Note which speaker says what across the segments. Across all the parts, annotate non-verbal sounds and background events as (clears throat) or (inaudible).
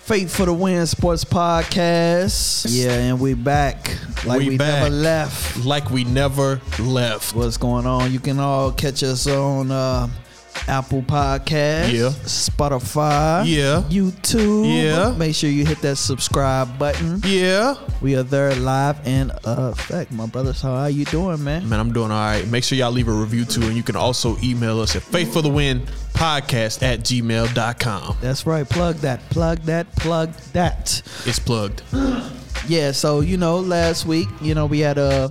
Speaker 1: Fate for the Win Sports Podcast. Yeah, and we back like we,
Speaker 2: We back.
Speaker 1: never left.
Speaker 2: Like we never left.
Speaker 1: What's going on? You can all catch us on uh, Apple Podcast,
Speaker 2: Yeah.
Speaker 1: Spotify,
Speaker 2: Yeah.
Speaker 1: YouTube.
Speaker 2: Yeah.
Speaker 1: Make sure you hit that subscribe button.
Speaker 2: Yeah.
Speaker 1: We are there live and uh, effect. My brothers, how are you doing, man?
Speaker 2: Man, I'm doing all right. Make sure y'all leave a review too, and you can also email us at faithfulthewinpodcast at gmail.com.
Speaker 1: That's right. Plug that. Plug that. Plug that.
Speaker 2: It's plugged.
Speaker 1: Yeah. So you know, last week, you know, we had a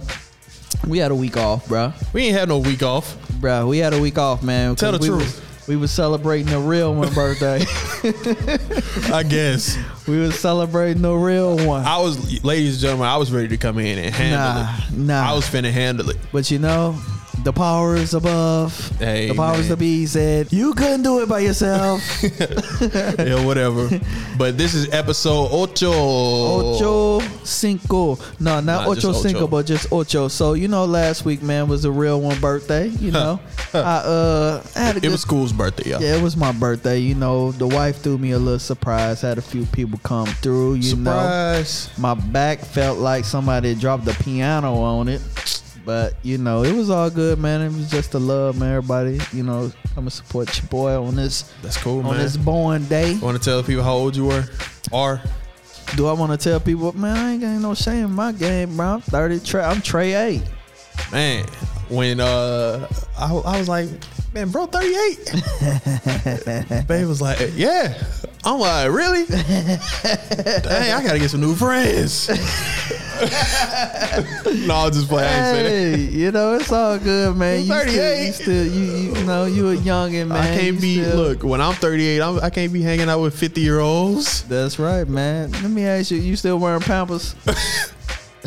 Speaker 1: we had a week off, bruh.
Speaker 2: We ain't had no week off.
Speaker 1: Bruh, we had a week off, man. 'cause
Speaker 2: Tell the
Speaker 1: we
Speaker 2: truth.
Speaker 1: Was, we was celebrating a real one
Speaker 2: (laughs)
Speaker 1: birthday.
Speaker 2: I
Speaker 1: (laughs)
Speaker 2: guess.
Speaker 1: we was celebrating a real one.
Speaker 2: I was, ladies and gentlemen, I was ready to come in and handle it.
Speaker 1: Nah, nah.
Speaker 2: I was finna handle it.
Speaker 1: but you know, the powers above,
Speaker 2: Hey,
Speaker 1: the powers
Speaker 2: man.
Speaker 1: that be said, you couldn't do it by
Speaker 2: (laughs)
Speaker 1: yourself. (laughs)
Speaker 2: yeah, whatever. But this is episode ocho.
Speaker 1: Ocho cinco. No, not
Speaker 2: Oh. Nah, just
Speaker 1: ocho
Speaker 2: ocho.
Speaker 1: cinco, but just ocho. So you know, last week, man, was a real one birthday. You know, I uh, I had a
Speaker 2: It
Speaker 1: good
Speaker 2: was school's birthday,
Speaker 1: (laughs)
Speaker 2: y'all.
Speaker 1: Yeah, it was my birthday. You know, the wife threw me a little surprise. Had a few people come through. You know,
Speaker 2: Surprise.
Speaker 1: my back felt like somebody dropped the piano on it. But you know, it was all good, man. It was just a love, man. Everybody, you know, come and support your boy on this
Speaker 2: That's cool,
Speaker 1: on
Speaker 2: man.
Speaker 1: this born day.
Speaker 2: Want to tell people how old you were? Are
Speaker 1: Do I want to tell people, man? I ain't got no shame in my game, bro. I'm thirty. Trey, I'm Trey eight.
Speaker 2: man, when uh, I, I was like, man, bro, thirty eight.
Speaker 1: (laughs)
Speaker 2: Babe was like, yeah. I'm like, really? Dang, I gotta get some new friends. (laughs) no, I'm just playing. I ain't saying that.
Speaker 1: Hey, you know it's all good, man. You
Speaker 2: I'm
Speaker 1: still, you
Speaker 2: 38.
Speaker 1: still, you, you, you know, you a youngin, man.
Speaker 2: I can't
Speaker 1: You
Speaker 2: be.
Speaker 1: still-
Speaker 2: Look, when I'm 38, I'm, I can't be hanging out with 50 year olds.
Speaker 1: That's right, man. Let me ask you, you still wearing
Speaker 2: (laughs)
Speaker 1: Pampers?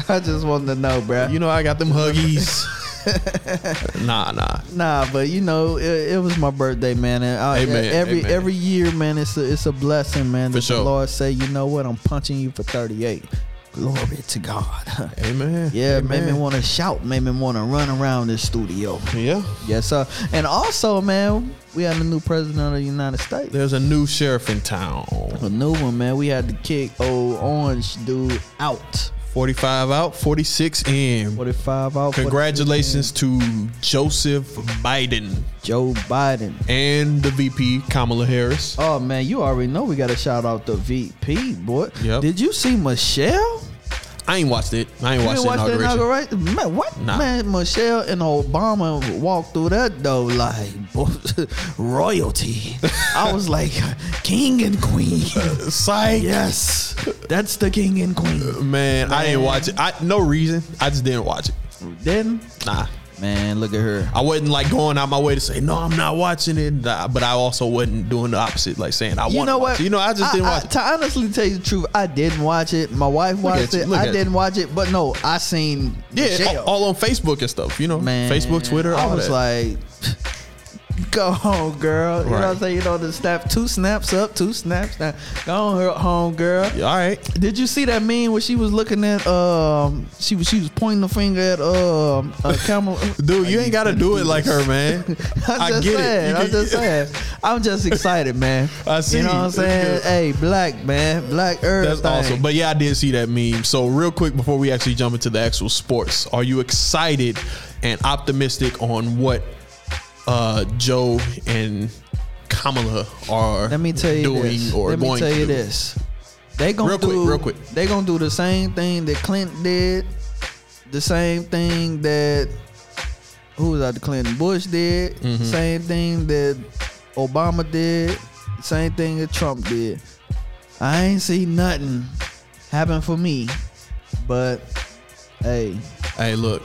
Speaker 1: I just wanted to know, bro.
Speaker 2: You know, I got
Speaker 1: (laughs)
Speaker 2: them huggies. nah, nah.
Speaker 1: nah, but you know, it, it was my birthday, man. And I,
Speaker 2: Amen,
Speaker 1: every
Speaker 2: amen.
Speaker 1: every year, man, it's a it's a blessing, man.
Speaker 2: For
Speaker 1: that the
Speaker 2: sure.
Speaker 1: Lord say, you know what? I'm punching you for 38. Glory to God.
Speaker 2: Amen.
Speaker 1: (laughs) yeah,
Speaker 2: Amen.
Speaker 1: made me want to shout, made me want to run around this studio.
Speaker 2: Yeah.
Speaker 1: Yes, sir. And also, man, we had a new president of the United States.
Speaker 2: There's a new sheriff in town.
Speaker 1: A new one, man. We had to kick old orange dude out.
Speaker 2: 45 out, 46 in.
Speaker 1: 45 out. 46
Speaker 2: Congratulations to Joseph Biden
Speaker 1: Joe Biden.
Speaker 2: and the VP Kamala Harris.
Speaker 1: Oh man, you already know we got to shout out the VP, boy.
Speaker 2: Yep.
Speaker 1: Did you see Michelle?
Speaker 2: I ain't watched it. I ain't
Speaker 1: You
Speaker 2: watched
Speaker 1: didn't
Speaker 2: the
Speaker 1: watch the
Speaker 2: inauguration.
Speaker 1: inauguration? Man, what?
Speaker 2: Nah.
Speaker 1: Man, Michelle and Obama walked through that door like boy, (laughs) royalty. I was like, king and queen.
Speaker 2: (laughs) Psych.
Speaker 1: yes, that's the king and queen.
Speaker 2: Man, I didn't watch it. I no reason. I just didn't watch it.
Speaker 1: Then,
Speaker 2: Nah.
Speaker 1: man, look at her.
Speaker 2: I wasn't like going out my way to say no, I'm not watching it, Nah, but I also wasn't doing the opposite, like saying I
Speaker 1: You
Speaker 2: want
Speaker 1: know
Speaker 2: to
Speaker 1: what?
Speaker 2: watch it. You know, I just didn't watch it.
Speaker 1: To honestly tell you the truth, I didn't watch it. My wife watched
Speaker 2: at you,
Speaker 1: it.
Speaker 2: look
Speaker 1: I
Speaker 2: at you.
Speaker 1: didn't watch it, but no, I seen
Speaker 2: Yeah,
Speaker 1: Michelle.
Speaker 2: all, all on Facebook and stuff. You know,
Speaker 1: man.
Speaker 2: Facebook, Twitter.
Speaker 1: I
Speaker 2: all
Speaker 1: was
Speaker 2: that.
Speaker 1: like, (laughs) go home, girl. You know what I'm
Speaker 2: Right.
Speaker 1: saying? You know, the snap, two snaps up, two snaps down. Go on home, girl.
Speaker 2: Yeah, all right.
Speaker 1: Did you see that meme where she was looking at um she was she was pointing the finger at um
Speaker 2: (laughs)
Speaker 1: a camera?
Speaker 2: Dude, you ain't got to do it like her, man.
Speaker 1: (laughs) I'm
Speaker 2: I
Speaker 1: just
Speaker 2: get
Speaker 1: saying,
Speaker 2: it. You
Speaker 1: I'm
Speaker 2: can- (laughs)
Speaker 1: just saying. I'm just excited, man.
Speaker 2: I see.
Speaker 1: You know what I'm
Speaker 2: That's
Speaker 1: saying?
Speaker 2: (laughs) good.
Speaker 1: Hey, black man, black earth.
Speaker 2: That's awesome. But yeah, I did see that meme. So, real quick before we actually jump into the actual sports, are you excited and optimistic on what uh, Joe and Kamala are
Speaker 1: Let me tell you
Speaker 2: doing
Speaker 1: this.
Speaker 2: or
Speaker 1: Let me
Speaker 2: going
Speaker 1: tell
Speaker 2: to
Speaker 1: you
Speaker 2: do?
Speaker 1: this. They gonna
Speaker 2: Real
Speaker 1: do,
Speaker 2: quick, real quick.
Speaker 1: They gonna do the same thing that Clinton did, the same thing that who was out the Clinton Bush did,
Speaker 2: Mm-hmm.
Speaker 1: same thing that Obama did, same thing that Trump did. I ain't see nothing happen for me, but hey,
Speaker 2: Hey, look.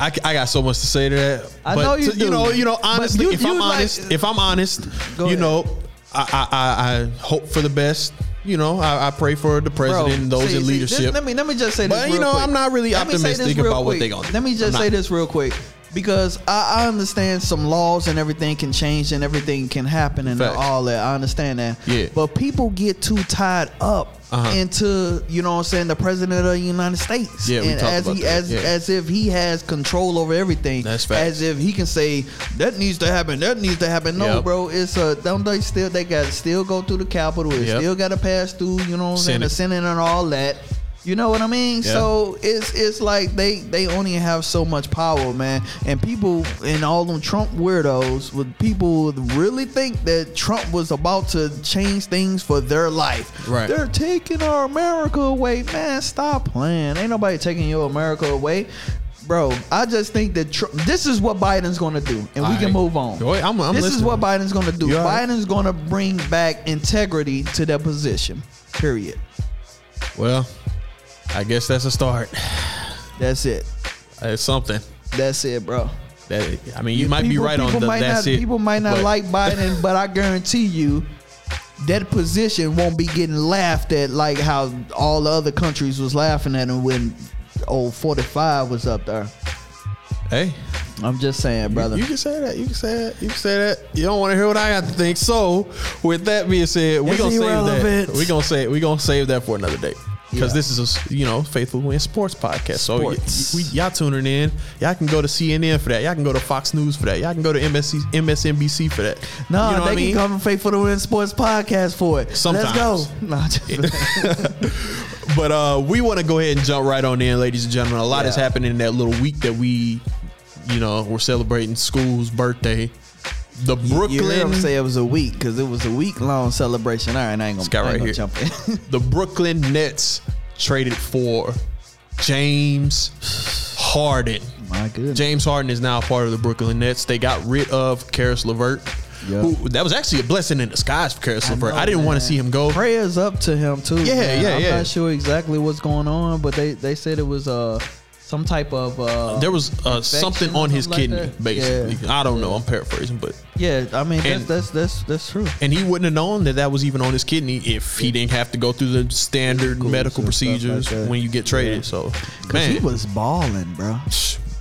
Speaker 2: I, I got so much to say to that.
Speaker 1: I
Speaker 2: but
Speaker 1: know you
Speaker 2: to- you
Speaker 1: do.
Speaker 2: know, you know,
Speaker 1: But
Speaker 2: honestly,
Speaker 1: you-
Speaker 2: if
Speaker 1: you
Speaker 2: I'm
Speaker 1: like-
Speaker 2: honest, if I'm honest,
Speaker 1: Go
Speaker 2: you
Speaker 1: ahead.
Speaker 2: know, I, I I I hope for the best. You know, I, I pray for the
Speaker 1: bro,
Speaker 2: president, and those
Speaker 1: see-
Speaker 2: in
Speaker 1: see,
Speaker 2: leadership.
Speaker 1: this- let me let me just say this.
Speaker 2: But,
Speaker 1: real
Speaker 2: you know,
Speaker 1: quick.
Speaker 2: I'm not really
Speaker 1: Let me say this
Speaker 2: optimistic
Speaker 1: real
Speaker 2: about what
Speaker 1: quick.
Speaker 2: they gonna do.
Speaker 1: Let me
Speaker 2: I'm
Speaker 1: just
Speaker 2: not.
Speaker 1: say this real quick because I, I understand some laws and everything can change and everything can happen and
Speaker 2: Facts.
Speaker 1: all that. I understand that.
Speaker 2: Yeah.
Speaker 1: But people get too tied up
Speaker 2: Uh-huh.
Speaker 1: into you know what I'm saying the president of the United States.
Speaker 2: Yeah, we
Speaker 1: and
Speaker 2: talked
Speaker 1: as
Speaker 2: about
Speaker 1: he
Speaker 2: that.
Speaker 1: as
Speaker 2: Yeah.
Speaker 1: as if he has control over everything.
Speaker 2: That's facts.
Speaker 1: as if he can say that needs to happen, that needs to happen. No,
Speaker 2: Yep.
Speaker 1: bro, it's a don't they still they got still go through the Capitol. It
Speaker 2: Yep.
Speaker 1: still got to pass through. You know what I'm saying the
Speaker 2: Senate.
Speaker 1: Senate and all that. You know what I mean?
Speaker 2: Yeah.
Speaker 1: So it's it's like they they only have so much power, man. And people and all them Trump weirdos would people really think that Trump was about to change things for their life.
Speaker 2: Right.
Speaker 1: They're taking our America away, man. Stop playing. Ain't nobody taking your America away. Bro, I just think that Trump, this is what Biden's going to do, and we
Speaker 2: All
Speaker 1: can
Speaker 2: right.
Speaker 1: move on.
Speaker 2: Go ahead. I'm- I'm
Speaker 1: this is
Speaker 2: listening.
Speaker 1: what Biden's going to do.
Speaker 2: You all right?
Speaker 1: Biden's going to bring back integrity to their position. Period.
Speaker 2: Well, I guess that's a start. Uh,
Speaker 1: That's it.
Speaker 2: It's something.
Speaker 1: That's it, bro.
Speaker 2: That I mean, you might be right on the
Speaker 1: might
Speaker 2: that's
Speaker 1: not,
Speaker 2: it.
Speaker 1: People might not
Speaker 2: but-
Speaker 1: like Biden, but I guarantee you that position won't be getting laughed at like how all the other countries was laughing at him when old 45 was up there.
Speaker 2: Hey,
Speaker 1: I'm just saying, brother.
Speaker 2: you can say that. You can say that. You can say that. You don't want to hear what I got to think. So, with that being said, we're
Speaker 1: It's
Speaker 2: gonna save
Speaker 1: irrelevant.
Speaker 2: that. We're gonna say we're gonna save that for another day. Because
Speaker 1: Yeah.
Speaker 2: this is a s- you know faithful win sports podcast, so y-
Speaker 1: Sports.
Speaker 2: we, y'all tuning in. Y'all can go to CNN for that. Y'all can go to Fox News for that. Y'all can go to MSC, MSNBC for that.
Speaker 1: no,
Speaker 2: You know
Speaker 1: they
Speaker 2: what I mean?
Speaker 1: can come to Faithful to Win Sports podcast for it.
Speaker 2: Sometimes.
Speaker 1: Let's go. (laughs) No, just,
Speaker 2: But uh, we want to go ahead and jump right on in, ladies and gentlemen. A lot
Speaker 1: Yeah.
Speaker 2: has happened in that little week that we, you know, we're celebrating school's birthday. The
Speaker 1: You heard him
Speaker 2: Brooklyn,
Speaker 1: say it was a week because it was a week long celebration. All right, I ain't
Speaker 2: This
Speaker 1: gonna,
Speaker 2: guy
Speaker 1: I ain't
Speaker 2: right
Speaker 1: gonna jump in. (laughs)
Speaker 2: the Brooklyn Nets traded for James Harden.
Speaker 1: My goodness.
Speaker 2: James Harden is now a part of the Brooklyn Nets. They got rid of Karis LeVert.
Speaker 1: Yeah.
Speaker 2: Who, that was actually a blessing in disguise for Karis LeVert.
Speaker 1: know,
Speaker 2: I didn't want to
Speaker 1: man.
Speaker 2: see him go.
Speaker 1: prayers up to him too.
Speaker 2: Yeah,
Speaker 1: man.
Speaker 2: yeah,
Speaker 1: I'm
Speaker 2: yeah.
Speaker 1: not sure exactly what's going on, but they they said it was uh some type of uh
Speaker 2: There was uh, something on his
Speaker 1: Infection or
Speaker 2: kidney,
Speaker 1: something like that?
Speaker 2: basically. I don't know. I'm paraphrasing, but
Speaker 1: yeah. I mean that's
Speaker 2: and-
Speaker 1: that's that's that's true.
Speaker 2: And he wouldn't have known that that was even on his kidney if he didn't have to go through the standard
Speaker 1: Medicals
Speaker 2: medical
Speaker 1: and stuff like
Speaker 2: procedures
Speaker 1: that.
Speaker 2: when you get traded. So,
Speaker 1: Cause
Speaker 2: man.
Speaker 1: he was balling, bro.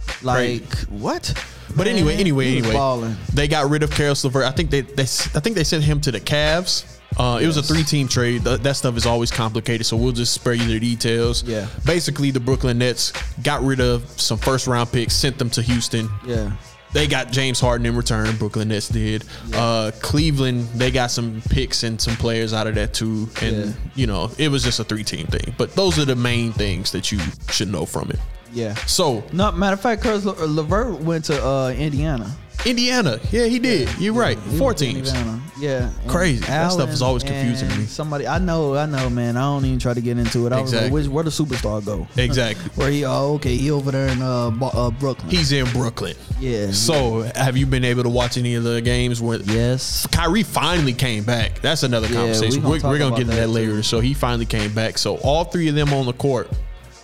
Speaker 2: Crazy.
Speaker 1: Like what?
Speaker 2: but
Speaker 1: Man,
Speaker 2: anyway,
Speaker 1: he
Speaker 2: anyway,
Speaker 1: was
Speaker 2: anyway,
Speaker 1: balling.
Speaker 2: they got rid of Karis LeVert. I think they, they s- I think they sent him to the Cavs. Uh, It was a
Speaker 1: Yes.
Speaker 2: three-team trade. Th- that stuff is always complicated, so we'll just spare you the details.
Speaker 1: Yeah.
Speaker 2: Basically, the Brooklyn Nets got rid of some first-round picks, sent them to Houston.
Speaker 1: Yeah,
Speaker 2: They got James Harden in return. Brooklyn Nets did. Uh, Cleveland, they got some picks and some players out of that too. And
Speaker 1: Yeah.
Speaker 2: you know, it was just a three-team thing. But those are the main things that you should know from it.
Speaker 1: yeah.
Speaker 2: So
Speaker 1: No matter of fact, Curtis Le- Levert went to uh Indiana.
Speaker 2: Indiana, yeah, he did. You're right.
Speaker 1: He
Speaker 2: Four
Speaker 1: was in
Speaker 2: teams.
Speaker 1: Indiana. Yeah. and
Speaker 2: Crazy. That stuff is always confusing to
Speaker 1: and
Speaker 2: me.
Speaker 1: Somebody I know, I know, man. I don't even try to get into it. I
Speaker 2: Exactly.
Speaker 1: was like, where, where the superstar go?
Speaker 2: Exactly.
Speaker 1: Where he? Oh, okay. He over there in uh, Bo- uh Brooklyn.
Speaker 2: He's in Brooklyn.
Speaker 1: Yeah.
Speaker 2: So have you been able to watch any of the games where
Speaker 1: yes.
Speaker 2: Kyrie finally came back. That's another
Speaker 1: Yeah, we
Speaker 2: conversation.
Speaker 1: gonna
Speaker 2: We're,
Speaker 1: talk
Speaker 2: we're gonna
Speaker 1: about
Speaker 2: get into that,
Speaker 1: that,
Speaker 2: later. So he finally came back. So all three of them on the court.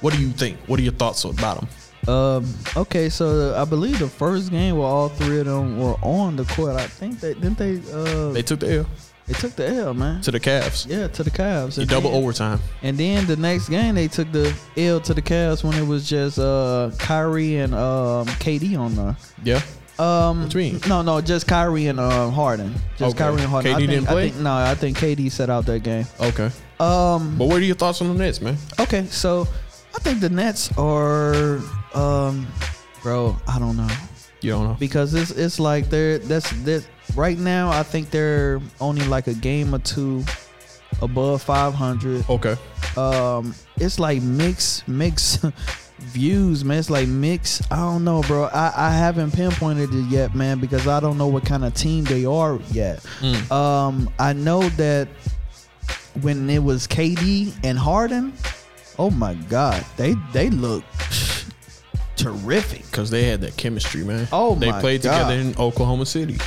Speaker 2: What do you think? What are your thoughts about them?
Speaker 1: Um. Okay. So I believe the first game where all three of them were on the court. I think they didn't they. Uh,
Speaker 2: They
Speaker 1: they,
Speaker 2: took the L
Speaker 1: took the L, man.
Speaker 2: to the Cavs.
Speaker 1: yeah, to the Cavs.
Speaker 2: You
Speaker 1: And
Speaker 2: double
Speaker 1: then,
Speaker 2: overtime.
Speaker 1: And then the next game they took the L to the Cavs when it was just uh Kyrie and um KD on there.
Speaker 2: Yeah.
Speaker 1: Um,
Speaker 2: What you mean?
Speaker 1: No, no, just Kyrie and um, Harden. Just
Speaker 2: Okay.
Speaker 1: Kyrie and Harden.
Speaker 2: KD
Speaker 1: I think,
Speaker 2: didn't
Speaker 1: I
Speaker 2: play?
Speaker 1: think- no, I think KD set out that game.
Speaker 2: Okay.
Speaker 1: Um,
Speaker 2: But what are your thoughts on the Nets, man?
Speaker 1: Okay, so I think the Nets are, um, bro. I don't know
Speaker 2: You don't know.
Speaker 1: because it's it's like they're that's that right now. I think they're only like a game or two above 500.
Speaker 2: Okay.
Speaker 1: Um, it's like mixed mixed (laughs) views, man. It's like mixed. I don't know, bro. I I haven't pinpointed it yet, man, because I don't know what kind of team they are yet.
Speaker 2: Mm.
Speaker 1: Um, I know that when it was KD and Harden, oh my God, they they look (laughs) terrific.
Speaker 2: Because they had that chemistry, man.
Speaker 1: Oh
Speaker 2: They
Speaker 1: my
Speaker 2: played
Speaker 1: God.
Speaker 2: together in Oklahoma City.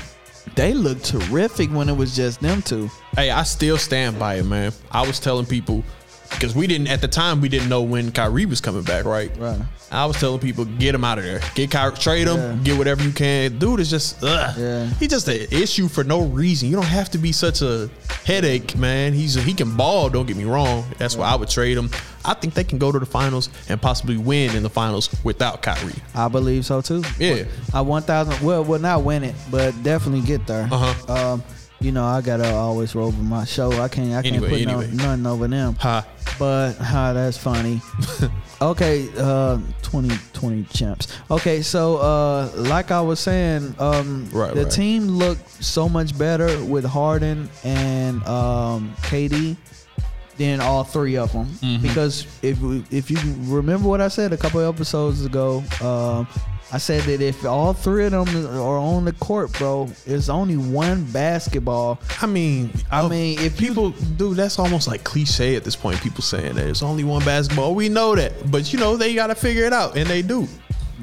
Speaker 1: They look terrific when it was just them two.
Speaker 2: Hey, I still stand by it, man. I was telling people because we didn't at the time we didn't know when Kyrie was coming back, right?
Speaker 1: Right.
Speaker 2: I was telling people get him out of there, get Kyrie, trade him,
Speaker 1: Yeah.
Speaker 2: get whatever you can. Dude is just, ugh.
Speaker 1: Yeah.
Speaker 2: he just an issue for no reason. You don't have to be such a headache, man. He's he can ball. Don't get me wrong. That's why I would trade him. I think they can go to the finals and possibly win in the finals without Kyrie.
Speaker 1: I believe so too.
Speaker 2: Yeah.
Speaker 1: I one thousand. Well, well, not win it, but definitely get there.
Speaker 2: Uh-huh.
Speaker 1: Um, you know, I gotta always roll with my show. I can't, I can't
Speaker 2: Anyway,
Speaker 1: put
Speaker 2: anyway.
Speaker 1: No, nothing over them.
Speaker 2: Ha.
Speaker 1: But ha, that's
Speaker 2: (laughs)
Speaker 1: funny. okay, uh, 2020 champs. Okay, so uh, like I was saying, um,
Speaker 2: Right,
Speaker 1: the
Speaker 2: right.
Speaker 1: team looked so much better with Harden and um, KD than all three of them
Speaker 2: Mm-hmm.
Speaker 1: because if we- if you remember what I said a couple episodes ago. Um, I said that if all three of them are on the court, bro, it's only one basketball
Speaker 2: I mean,
Speaker 1: I mean, if you-
Speaker 2: people, dude, that's almost like cliche at this point. People saying that it's only one basketball. We know that, but you know they got to figure it out, and they do.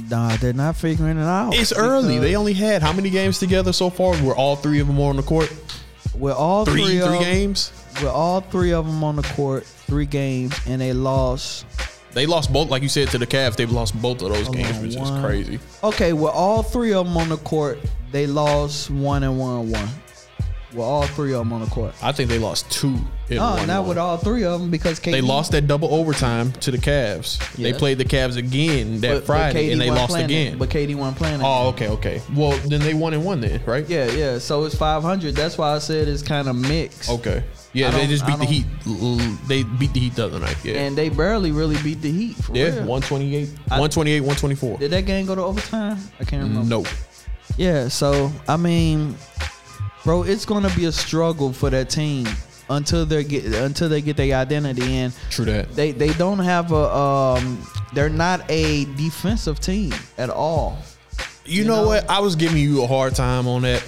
Speaker 1: Nah, they're not figuring it out.
Speaker 2: It's early. They
Speaker 1: Because
Speaker 2: only had how many games together so far? Were all three of them on the court?
Speaker 1: with all
Speaker 2: Three,
Speaker 1: three,
Speaker 2: three,
Speaker 1: of,
Speaker 2: games.
Speaker 1: with all three of them on the court, three games, and they lost.
Speaker 2: They lost both, like you said, to the Cavs. They've lost both of those
Speaker 1: Hold
Speaker 2: games,
Speaker 1: on,
Speaker 2: which is
Speaker 1: one.
Speaker 2: crazy.
Speaker 1: Okay, with all three of them on the court, they lost one and one one. With all three of them on the court.
Speaker 2: I think they lost two. In
Speaker 1: No,
Speaker 2: one
Speaker 1: not
Speaker 2: one.
Speaker 1: with all three of them because KD,
Speaker 2: They lost that double overtime to the Cavs. They
Speaker 1: Yeah.
Speaker 2: played the Cavs again that
Speaker 1: but- but
Speaker 2: Friday,
Speaker 1: KD
Speaker 2: and they
Speaker 1: wasn't
Speaker 2: lost
Speaker 1: playing it,
Speaker 2: again.
Speaker 1: But KD wasn't playing. it.
Speaker 2: oh, okay, okay. Well, then they one and one then, right?
Speaker 1: Yeah, yeah. So it's five hundred. That's why I said it's kind of mixed.
Speaker 2: Okay. Yeah,
Speaker 1: I
Speaker 2: they
Speaker 1: don't-
Speaker 2: just beat
Speaker 1: I
Speaker 2: the Heat. L- l- They beat the Heat the other night. Yeah.
Speaker 1: And they barely really beat the Heat. For
Speaker 2: yeah,
Speaker 1: real.
Speaker 2: 128, 128, 124.
Speaker 1: Did that game go to overtime? I can't remember.
Speaker 2: No.
Speaker 1: Yeah, so I mean, bro, it's gonna be a struggle for that team until they get until they get their identity in.
Speaker 2: True that.
Speaker 1: They they don't have a um they're not a defensive team at all.
Speaker 2: You, know,
Speaker 1: know?
Speaker 2: what? I was giving you a hard time on that.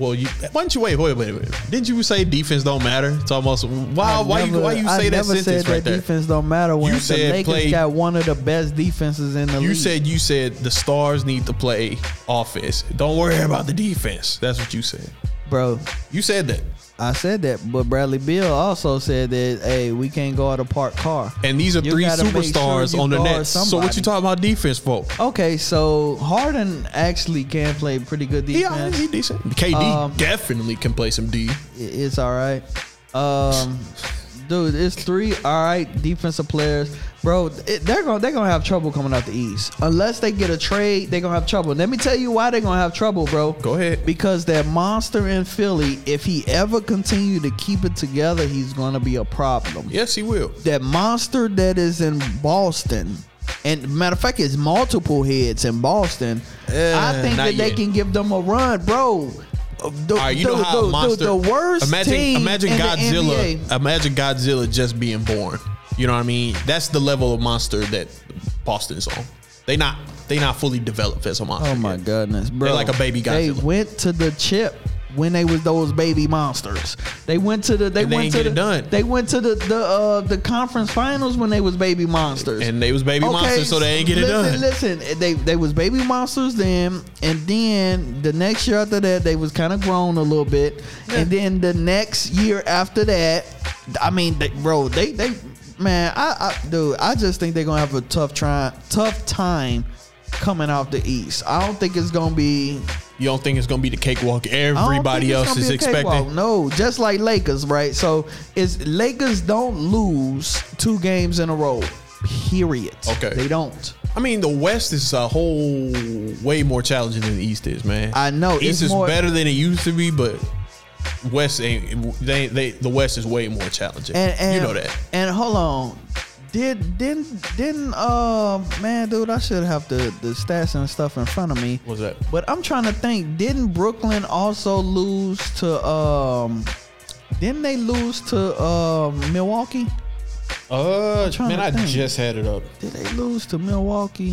Speaker 2: Well, you why don't you wait? Wait, wait, wait. Didn't you say defense don't matter? It's almost why?
Speaker 1: I
Speaker 2: Why you?
Speaker 1: never-
Speaker 2: Why you
Speaker 1: I
Speaker 2: say that
Speaker 1: never
Speaker 2: sentence
Speaker 1: said
Speaker 2: right
Speaker 1: that
Speaker 2: there?
Speaker 1: defense don't matter when
Speaker 2: You
Speaker 1: the
Speaker 2: said
Speaker 1: Lakers
Speaker 2: play-
Speaker 1: got one of the best defenses in the league.
Speaker 2: You said you said the stars need to play offense. Don't worry about the defense. That's what you said.
Speaker 1: bro,
Speaker 2: You said that.
Speaker 1: I said that, but Bradley Bill also said that hey, we can't go out of park car.
Speaker 2: And these are
Speaker 1: You
Speaker 2: three
Speaker 1: gotta make
Speaker 2: superstars
Speaker 1: sure you
Speaker 2: on the
Speaker 1: guard
Speaker 2: Nets. So what
Speaker 1: somebody.
Speaker 2: you talking about defense for?
Speaker 1: Okay, so Harden actually can play pretty good
Speaker 2: He,
Speaker 1: defense.
Speaker 2: all right, he decent. KD
Speaker 1: Um,
Speaker 2: definitely can play some D.
Speaker 1: It- it's all right. Um, dude, it's three all right defensive players, bro. It, they're gonna they're gonna have trouble coming out the East unless they get a trade. They're gonna have trouble. Let me tell you why they're gonna have trouble, bro.
Speaker 2: Go ahead.
Speaker 1: Because that monster in Philly, if he ever continue to keep it together, he's gonna be a problem.
Speaker 2: Yes, he will.
Speaker 1: That monster that is in Boston. And matter of fact, it's multiple heads in Boston. I
Speaker 2: Eh,
Speaker 1: think
Speaker 2: not
Speaker 1: that they
Speaker 2: yet.
Speaker 1: can give them a run, bro. Uh, The,
Speaker 2: All right, you know
Speaker 1: the-
Speaker 2: how
Speaker 1: the-
Speaker 2: a
Speaker 1: the-
Speaker 2: monster.
Speaker 1: the worst
Speaker 2: imagine,
Speaker 1: team
Speaker 2: imagine
Speaker 1: in the NBA.
Speaker 2: Godzilla. Imagine Godzilla just being born. You know what I mean? That's the level of monster that Boston's on. They not they not fully developed as a monster.
Speaker 1: Oh my
Speaker 2: yet.
Speaker 1: goodness, bro!
Speaker 2: like a baby
Speaker 1: They
Speaker 2: Godzilla.
Speaker 1: went to the chip when they was those baby monsters. They went to the. They
Speaker 2: And they
Speaker 1: went
Speaker 2: ain't
Speaker 1: to
Speaker 2: get
Speaker 1: the.
Speaker 2: it done.
Speaker 1: They went to the the uh, the conference finals when they was baby monsters.
Speaker 2: And they was baby monsters, so they ain't get it
Speaker 1: listen,
Speaker 2: done.
Speaker 1: Listen, they they was baby monsters then, and then the next year after that, they was kind of grown a little bit, and then the next year after that, I mean, they, bro, they they man, I, I dude, I just think they're gonna have a tough try, tough time coming out the East. I don't think it's gonna be
Speaker 2: You don't think it's gonna be the cakewalk
Speaker 1: I don't
Speaker 2: everybody
Speaker 1: think it's
Speaker 2: else
Speaker 1: gonna
Speaker 2: is
Speaker 1: be a
Speaker 2: expecting?
Speaker 1: cakewalk. No, just like Lakers, right? So it's Lakers don't lose two games in a row. Period.
Speaker 2: Okay.
Speaker 1: They don't.
Speaker 2: I mean, the West is a whole way more challenging than the East is, man.
Speaker 1: I know,
Speaker 2: East
Speaker 1: it's
Speaker 2: is
Speaker 1: more-
Speaker 2: better than it used to be, but West ain't. They, they the West is way more challenging.
Speaker 1: And, and
Speaker 2: you know that.
Speaker 1: And hold on. Did didn't didn't uh man dude I should have the the stats and stuff in front of me.
Speaker 2: What's that?
Speaker 1: But I'm trying to think. Didn't Brooklyn also lose to um? Didn't they lose to uh, Milwaukee?
Speaker 2: Uh,
Speaker 1: trying
Speaker 2: man,
Speaker 1: to
Speaker 2: I
Speaker 1: think.
Speaker 2: just had it up.
Speaker 1: Did they lose to Milwaukee?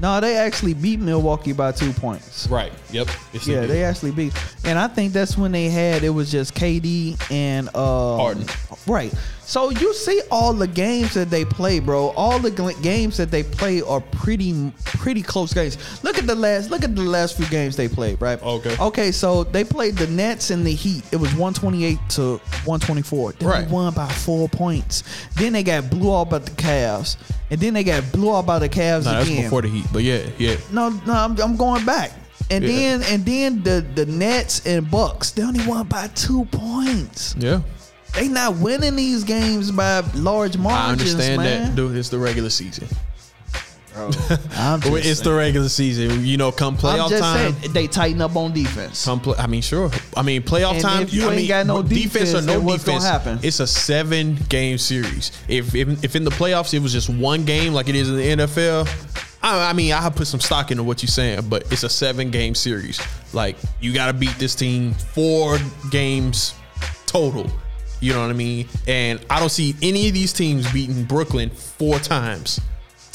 Speaker 1: No, they actually beat Milwaukee by two points.
Speaker 2: Right. Yep. Yes,
Speaker 1: Yeah,
Speaker 2: did.
Speaker 1: they actually beat. And I think that's when they had it was just KD and uh
Speaker 2: Harden.
Speaker 1: Right. So you see all the games that they play, bro. All the gl- games that they play are pretty pretty close games. Look at the last look at the last few games they played, right?
Speaker 2: Okay.
Speaker 1: Okay, so they played the Nets and the Heat. It was 128 to 124. Then
Speaker 2: Right.
Speaker 1: they won by 4 points. Then they got blew out by the Cavs. And then they got blew out by the Cavs
Speaker 2: Nah, that's
Speaker 1: again.
Speaker 2: before the Heat, but yeah, yeah.
Speaker 1: No, no, I'm, I'm going back. And
Speaker 2: Yeah.
Speaker 1: then and then the the Nets and Bucks, they only won by two points.
Speaker 2: Yeah.
Speaker 1: They not winning these games by large margins,
Speaker 2: I understand
Speaker 1: man.
Speaker 2: that, dude. It's the regular season.
Speaker 3: bro.
Speaker 1: I'm just,
Speaker 2: it's the regular season. You know, come
Speaker 1: I'm
Speaker 2: playoff
Speaker 1: just
Speaker 2: time.
Speaker 1: saying they tighten up on defense.
Speaker 2: Some play, I mean, sure. I mean, playoff
Speaker 1: And
Speaker 2: time.
Speaker 1: if you
Speaker 2: I
Speaker 1: ain't
Speaker 2: mean,
Speaker 1: got no
Speaker 2: or
Speaker 1: defense,
Speaker 2: no
Speaker 1: then what's gonna
Speaker 2: defense,
Speaker 1: happen?
Speaker 2: it's a seven-game series. If, if if in the playoffs it was just one game, like it is in the NFL, I, I mean, I put some stock into what you're saying, but it's a seven-game series. Like you got to beat this team four games total. You know what I mean? And I don't see any of these teams beating Brooklyn four times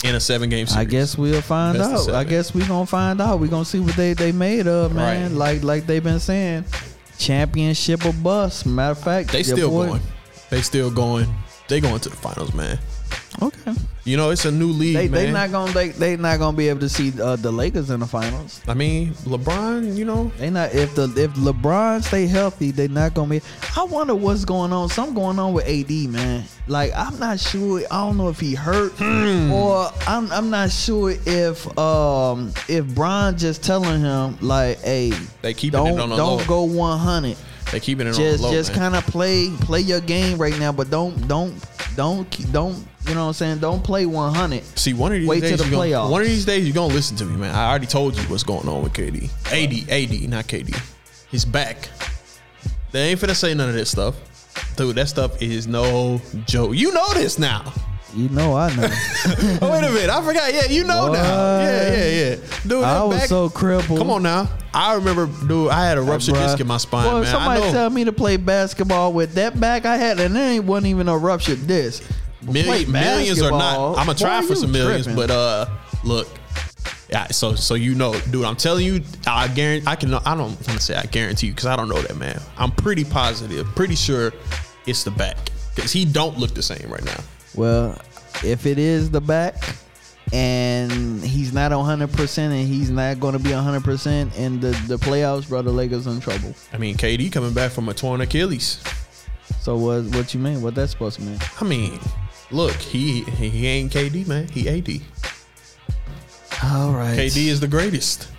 Speaker 2: in a seven-game series.
Speaker 1: I guess we'll find
Speaker 2: Best of
Speaker 1: out. I
Speaker 2: seven.
Speaker 1: guess we gonna find out. We gonna see what they they made of, man.
Speaker 2: Right.
Speaker 1: Like like they've been saying, championship or bust. Matter of fact,
Speaker 2: they
Speaker 1: your
Speaker 2: still
Speaker 1: boy-
Speaker 2: going. They still going. They going to the finals, man.
Speaker 1: Okay,
Speaker 2: You know, it's a new league,
Speaker 1: they
Speaker 2: man.
Speaker 1: they not gonna they, they not gonna be able to see uh, the Lakers in the finals.
Speaker 2: I mean, LeBron, you know,
Speaker 1: They not if the if LeBron stay healthy, they not gonna be. I wonder what's going on. Something going on with AD, man. Like I'm not sure. I don't know if he hurt
Speaker 2: Hmm.
Speaker 1: or I'm I'm not sure if um if Bron just telling him like, hey,
Speaker 2: They keeping it
Speaker 1: don't
Speaker 2: on the
Speaker 1: don't
Speaker 2: low.
Speaker 1: go 100.
Speaker 2: they keeping it
Speaker 1: Just
Speaker 2: on the low.
Speaker 1: just
Speaker 2: man.
Speaker 1: kind of play play your game right now, but don't don't don't keep- don't you know what I'm saying? Don't play 100.
Speaker 2: See, one of these
Speaker 1: wait till
Speaker 2: days,
Speaker 1: the
Speaker 2: you gonna-
Speaker 1: playoffs.
Speaker 2: one of these days, you're gonna listen to me, man. I already told you what's going on with KD. AD, AD, not KD. He's back. They ain't finna say none of this stuff, dude. That stuff is no joke. You know this
Speaker 1: (laughs)
Speaker 2: now.
Speaker 1: You know I
Speaker 2: (laughs)
Speaker 1: know.
Speaker 2: Oh, wait a minute, I forgot. Yeah, you know now. Yeah,
Speaker 1: What?
Speaker 2: yeah, yeah. Dude,
Speaker 1: I
Speaker 2: that
Speaker 1: was
Speaker 2: back-
Speaker 1: so crippled.
Speaker 2: Come on now. I remember, dude. I had a ruptured
Speaker 1: Bruh.
Speaker 2: disc in my spine,
Speaker 1: Boy,
Speaker 2: man.
Speaker 1: Somebody
Speaker 2: I know.
Speaker 1: tell me to play basketball with that back I had, and there ain't wasn't even a ruptured disc. Play
Speaker 2: Million, millions or
Speaker 1: basketball.
Speaker 2: not. I'm gonna
Speaker 1: Why
Speaker 2: try
Speaker 1: are
Speaker 2: for
Speaker 1: you
Speaker 2: some millions,
Speaker 1: tripping?
Speaker 2: but uh, look, yeah. So so you know, dude. I'm telling you, I guarantee. I can. I don't want to say I guarantee you because I don't know that man. I'm pretty positive, pretty sure it's the back because he don't look the same right now.
Speaker 1: well, if it is the back, and he's not 100 percent, and he's not going to be 100 percent in the the playoffs, brother, Lakers in trouble.
Speaker 2: I mean, KD coming back from a torn Achilles.
Speaker 1: So what what you mean? What that's supposed to mean?
Speaker 2: I mean, look, he he, he ain't KD man. He AD.
Speaker 1: All right,
Speaker 2: KD is the greatest.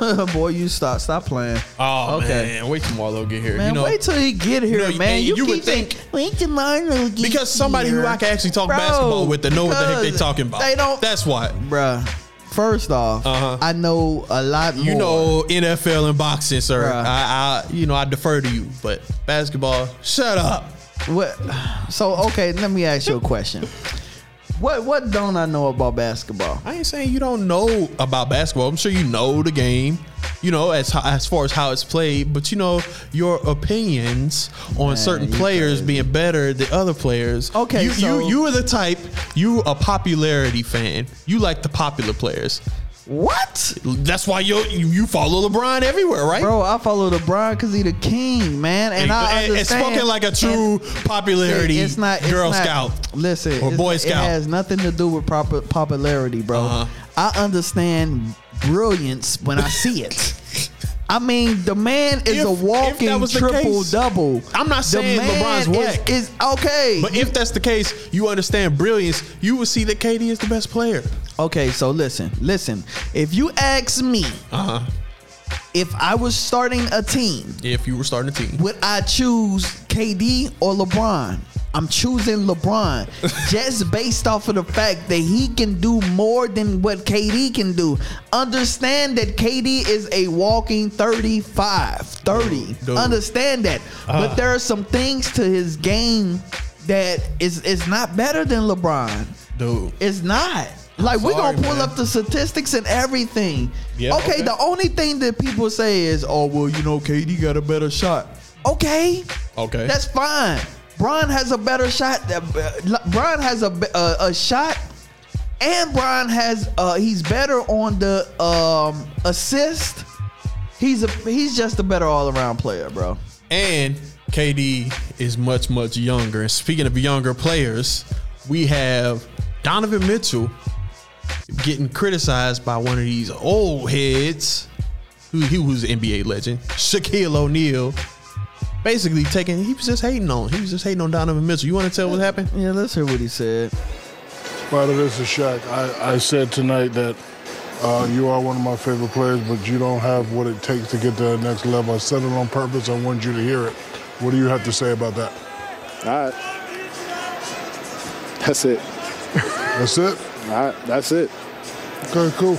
Speaker 1: (laughs) boy, you stop stop playing.
Speaker 2: Oh
Speaker 1: Okay.
Speaker 2: man, wait till Marlo get here.
Speaker 1: Man,
Speaker 2: you know,
Speaker 1: wait till he get here,
Speaker 2: you know,
Speaker 1: man.
Speaker 2: and
Speaker 1: You,
Speaker 2: you
Speaker 1: keep
Speaker 2: would think-
Speaker 1: saying, wait till Marlo get
Speaker 2: because somebody who
Speaker 1: here."
Speaker 2: I can actually talk
Speaker 1: Bro,
Speaker 2: basketball with to know what the heck they
Speaker 1: because
Speaker 2: talking about.
Speaker 1: They don't.
Speaker 2: That's why.
Speaker 1: Bruh, first off,
Speaker 2: Uh-huh.
Speaker 1: I know a lot more.
Speaker 2: You know NFL and boxing, sir.
Speaker 1: Bruh.
Speaker 2: I, I, you know, I defer to you, but basketball, shut up.
Speaker 1: What, so, okay, let me ask you a question. What what don't I know about basketball?
Speaker 2: I ain't saying you don't know about basketball. I'm sure you know the game. You know, as ho- as far as how it's played, but you know your opinions on certain
Speaker 1: you
Speaker 2: players
Speaker 1: crazy.
Speaker 2: being better than other players.
Speaker 1: Okay,
Speaker 2: you,
Speaker 1: so-
Speaker 2: you you are the type. You a popularity fan. You like the popular players.
Speaker 1: What?
Speaker 2: That's why you you you follow LeBron everywhere, right?
Speaker 1: Bro, I follow LeBron because he the king, man. And, I
Speaker 2: And- and- and
Speaker 1: understand.
Speaker 2: spoken like a true
Speaker 1: And
Speaker 2: popularity
Speaker 1: it's not, it's
Speaker 2: Girl
Speaker 1: not-
Speaker 2: Scout.
Speaker 1: Listen,
Speaker 2: or
Speaker 1: it's-
Speaker 2: Boy
Speaker 1: It
Speaker 2: Scout.
Speaker 1: has nothing to do with proper popularity, bro.
Speaker 2: Uh-huh.
Speaker 1: I understand brilliance when I see it.
Speaker 2: (laughs)
Speaker 1: I mean, the man is
Speaker 2: If- if
Speaker 1: a
Speaker 2: that
Speaker 1: walking
Speaker 2: was the
Speaker 1: triple
Speaker 2: case-
Speaker 1: double.
Speaker 2: I'm not saying LeBron's whack.
Speaker 1: Is, is okay.
Speaker 2: But if that's the case, you understand brilliance. You will see that KD is the best player.
Speaker 1: okay, so listen, listen. If you ask me
Speaker 2: Uh huh.
Speaker 1: if I was starting a team,
Speaker 2: If you were starting a team,
Speaker 1: would I choose KD or LeBron? I'm choosing
Speaker 2: (laughs)
Speaker 1: LeBron just based off of the fact that he can do more than what KD can do. Understand that KD is a walking 35, 30.
Speaker 2: dude. Ah.
Speaker 1: Understand that. but there are some things to his game that is is not better than LeBron.
Speaker 2: dude.
Speaker 1: It's not. Like we're
Speaker 2: sorry,
Speaker 1: gonna pull
Speaker 2: man.
Speaker 1: up the statistics and everything.
Speaker 2: Yeah,
Speaker 1: okay,
Speaker 2: okay.
Speaker 1: the only thing that people say is, oh well, you know, KD got a better shot. Okay,
Speaker 2: Okay.
Speaker 1: that's fine. Bron has a better shot. Uh, Bron has a be- uh, a shot, and Bron has uh, he's better on the um, assist. He's a he's just a better all around player, bro.
Speaker 2: and KD is much much younger. And speaking of younger players, we have Donovan Mitchell getting criticized by one of these old heads. Who he was an NBA legend, Shaquille O'Neal. Basically, taking he was just hating on. He was just hating on Donovan Mitchell. You want to tell what happened?
Speaker 1: Yeah, let's hear what he said.
Speaker 4: Part of this is Shaq. I, I said tonight that uh, you are one of my favorite players, but you don't have what it takes to get to the next level. I said it on purpose. I wanted you to hear it. What do you have to say about that?
Speaker 5: All right. That's it.
Speaker 4: That's it.
Speaker 5: All right. That's it.
Speaker 4: Okay, cool.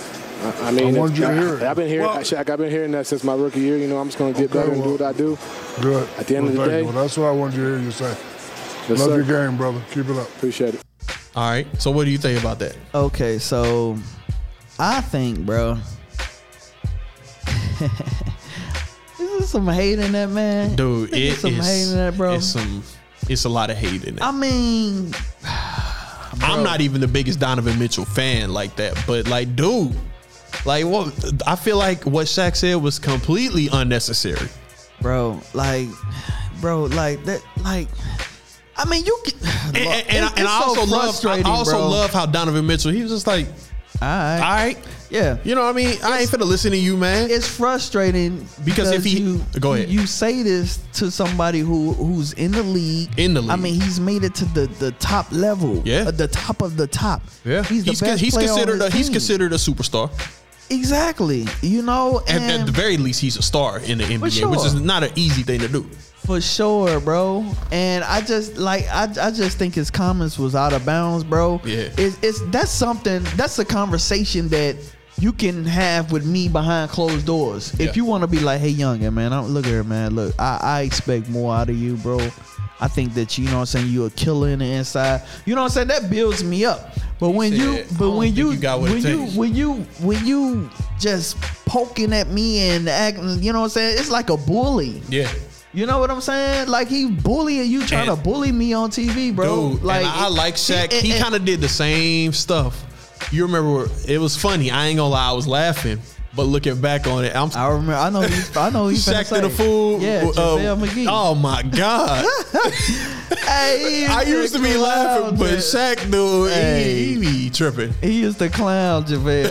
Speaker 3: I mean,
Speaker 4: I wanted
Speaker 3: if-
Speaker 4: you to hear it.
Speaker 3: I've been hearing,
Speaker 2: Well-
Speaker 3: Shaq, I've been hearing that since my rookie year. You know, I'm just gonna get
Speaker 4: Okay,
Speaker 3: better and
Speaker 4: well-
Speaker 3: do what I do.
Speaker 4: Good.
Speaker 3: At the end of the
Speaker 4: thank
Speaker 3: day-
Speaker 4: you. Well, that's what I wanted you to hear you say.
Speaker 3: Yes,
Speaker 4: Love
Speaker 3: sir.
Speaker 4: your game, brother. Keep it up.
Speaker 3: Appreciate it.
Speaker 2: All right. So what do you think about that?
Speaker 1: Okay, so I think, bro, (laughs) is there some hate in that man,
Speaker 2: Dude,
Speaker 1: Is there
Speaker 2: it
Speaker 1: some hate
Speaker 2: is
Speaker 1: in that, bro.
Speaker 2: it's some it's a lot of hate in it.
Speaker 1: I mean,
Speaker 2: I'm not even the biggest Donovan Mitchell fan like that, but like, dude, like what I feel like what Shaq said was completely
Speaker 1: (sighs)
Speaker 2: unnecessary.
Speaker 1: bro, like, bro, like that, like. I mean, you can.
Speaker 2: And, and, and, I-
Speaker 1: It's
Speaker 2: and I
Speaker 1: so
Speaker 2: also love I
Speaker 1: frustrating,
Speaker 2: also
Speaker 1: bro.
Speaker 2: love how Donovan Mitchell he was just like,
Speaker 1: All right.
Speaker 2: all right,
Speaker 1: yeah.
Speaker 2: you know what I mean? I ain't finna listen to you, man.
Speaker 1: it's frustrating
Speaker 2: Because if he-
Speaker 1: you,
Speaker 2: go ahead.
Speaker 1: you say this to somebody who who's in the league.
Speaker 2: In the league.
Speaker 1: I mean, he's made it to the the top level.
Speaker 2: Yeah.
Speaker 1: uh, the top of the top. he's the
Speaker 2: con-
Speaker 1: best.
Speaker 2: he's
Speaker 1: player on
Speaker 2: considered
Speaker 1: his
Speaker 2: a, he's
Speaker 1: team.
Speaker 2: considered a superstar.
Speaker 1: exactly. You know,
Speaker 2: At,
Speaker 1: and
Speaker 2: at the very least, he's a star in the NBA, which
Speaker 1: sure.
Speaker 2: is not an easy thing to do.
Speaker 1: for sure, bro. And I just like I, I just think his comments was out of bounds, bro.
Speaker 2: Yeah.
Speaker 1: it's, it's that's something that's a conversation that. You can have with me behind closed doors. If
Speaker 2: Yeah.
Speaker 1: you want to be like, hey, youngin, man, I don't look here, man. Look, I, I expect more out of you, bro. I think that you know what I'm saying. You're a killer in the inside. You know what I'm saying. That builds me up. But when you,
Speaker 2: said, "I
Speaker 1: but
Speaker 2: don't
Speaker 1: when
Speaker 2: think
Speaker 1: you,
Speaker 2: you got what it
Speaker 1: when you,
Speaker 2: takes."
Speaker 1: when you, when you just poking at me and acting, you know what I'm saying. It's like a bully.
Speaker 2: Yeah,
Speaker 1: You know what I'm saying? Like he bullying you, trying
Speaker 2: And-
Speaker 1: to bully me on TV, bro.
Speaker 2: dude.
Speaker 1: like
Speaker 2: and I like Shaq. He kind of did the same stuff. You remember where- it was funny. I ain't gonna lie, I was laughing, but looking back on it, I'm
Speaker 1: I remember. I know. He's, I know. He's
Speaker 2: Shaq to the fool.
Speaker 1: Yeah,
Speaker 2: uh,
Speaker 1: Javale McGee.
Speaker 2: Oh
Speaker 1: (laughs)
Speaker 2: my god!
Speaker 1: Hey,
Speaker 2: I used to be laughing, but Shaq, dude,
Speaker 1: Hey.
Speaker 2: he, he be tripping.
Speaker 1: He used to clown Javale.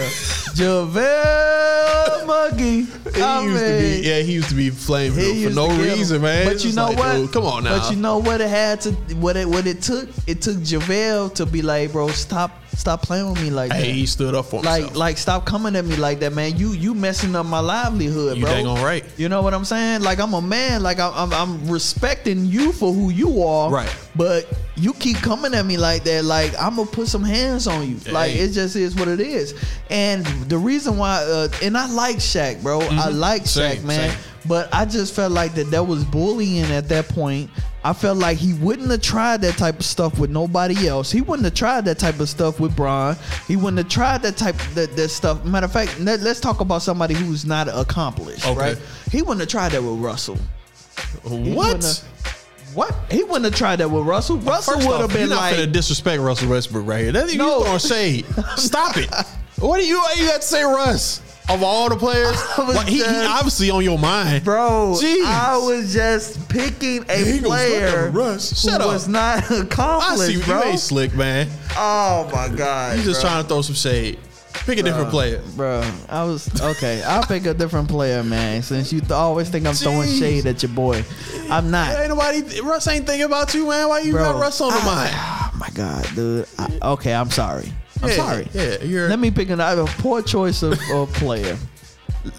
Speaker 1: Javale McGee.
Speaker 2: He
Speaker 1: I
Speaker 2: used to
Speaker 1: mean,
Speaker 2: be, yeah, he used to be flamed
Speaker 1: Oh, he
Speaker 2: for
Speaker 1: used
Speaker 2: no
Speaker 1: to get him.
Speaker 2: reason, man.
Speaker 1: But
Speaker 2: It's
Speaker 1: you
Speaker 2: just
Speaker 1: know
Speaker 2: like,
Speaker 1: what?
Speaker 2: dude, come on now.
Speaker 1: But you know what it had to what it what it took? It took Javale to be like, bro, stop stop playing with me like
Speaker 2: hey,
Speaker 1: that.
Speaker 2: he stood up for himself.
Speaker 1: Like, like, stop coming at me like that, man. You, you messing up my livelihood,
Speaker 2: You
Speaker 1: bro.
Speaker 2: dang on right.
Speaker 1: You know what I'm saying? Like, I'm a man. Like, I'm, I'm, I'm respecting you for who you are.
Speaker 2: Right.
Speaker 1: But you keep coming at me like that. Like, I'm gonna put some hands on you. Like,
Speaker 2: Hey.
Speaker 1: it just is what it is. And the reason why, uh, and I like Shaq, bro. I like
Speaker 2: Mm-hmm. Same,
Speaker 1: Shaq, man.
Speaker 2: same.
Speaker 1: But I just felt like that that was bullying at that point. I felt like he wouldn't have tried that type of stuff with nobody else. He wouldn't have tried that type of stuff with Bron. He wouldn't have tried that type that, that stuff. Matter of fact, let, us talk about somebody who's not accomplished,
Speaker 2: Okay.
Speaker 1: right? He wouldn't have tried that with Russell. He wouldn't
Speaker 2: what?
Speaker 1: have- What? He wouldn't have tried that with Russell. Russell
Speaker 2: First
Speaker 1: would
Speaker 2: off,
Speaker 1: have been
Speaker 2: you're not gonna
Speaker 1: like,
Speaker 2: disrespect Russell Westbrook right here. That you
Speaker 1: No.
Speaker 2: throwing shade. Stop it. (laughs) What do you why you got to say, Russ? Of all the (laughs) players,
Speaker 1: was
Speaker 2: Like, he, he
Speaker 1: just-
Speaker 2: obviously on your mind,
Speaker 1: bro,
Speaker 2: Jeez.
Speaker 1: I was just picking a
Speaker 2: He goes, "Look at
Speaker 1: player
Speaker 2: Russ.
Speaker 1: who
Speaker 2: Shut up.
Speaker 1: was not
Speaker 2: I see
Speaker 1: accomplished,
Speaker 2: you
Speaker 1: bro.
Speaker 2: ain't slick, man.
Speaker 1: Oh my god,
Speaker 2: He's just
Speaker 1: bro.
Speaker 2: trying to throw some shade. Pick a different player.
Speaker 1: Bro, I was okay. I'll pick a different player, man. Since you th- always think I'm throwing
Speaker 2: Jeez.
Speaker 1: shade at your boy, I'm not.
Speaker 2: Ain't nobody. Russ ain't thinking about you, man. Why you
Speaker 1: Bro,
Speaker 2: got Russ on the mind?
Speaker 1: I- oh my god, dude. I, okay, I'm sorry. I'm
Speaker 2: Yeah,
Speaker 1: sorry.
Speaker 2: yeah, you're-
Speaker 1: Let me pick another poor choice of, of player.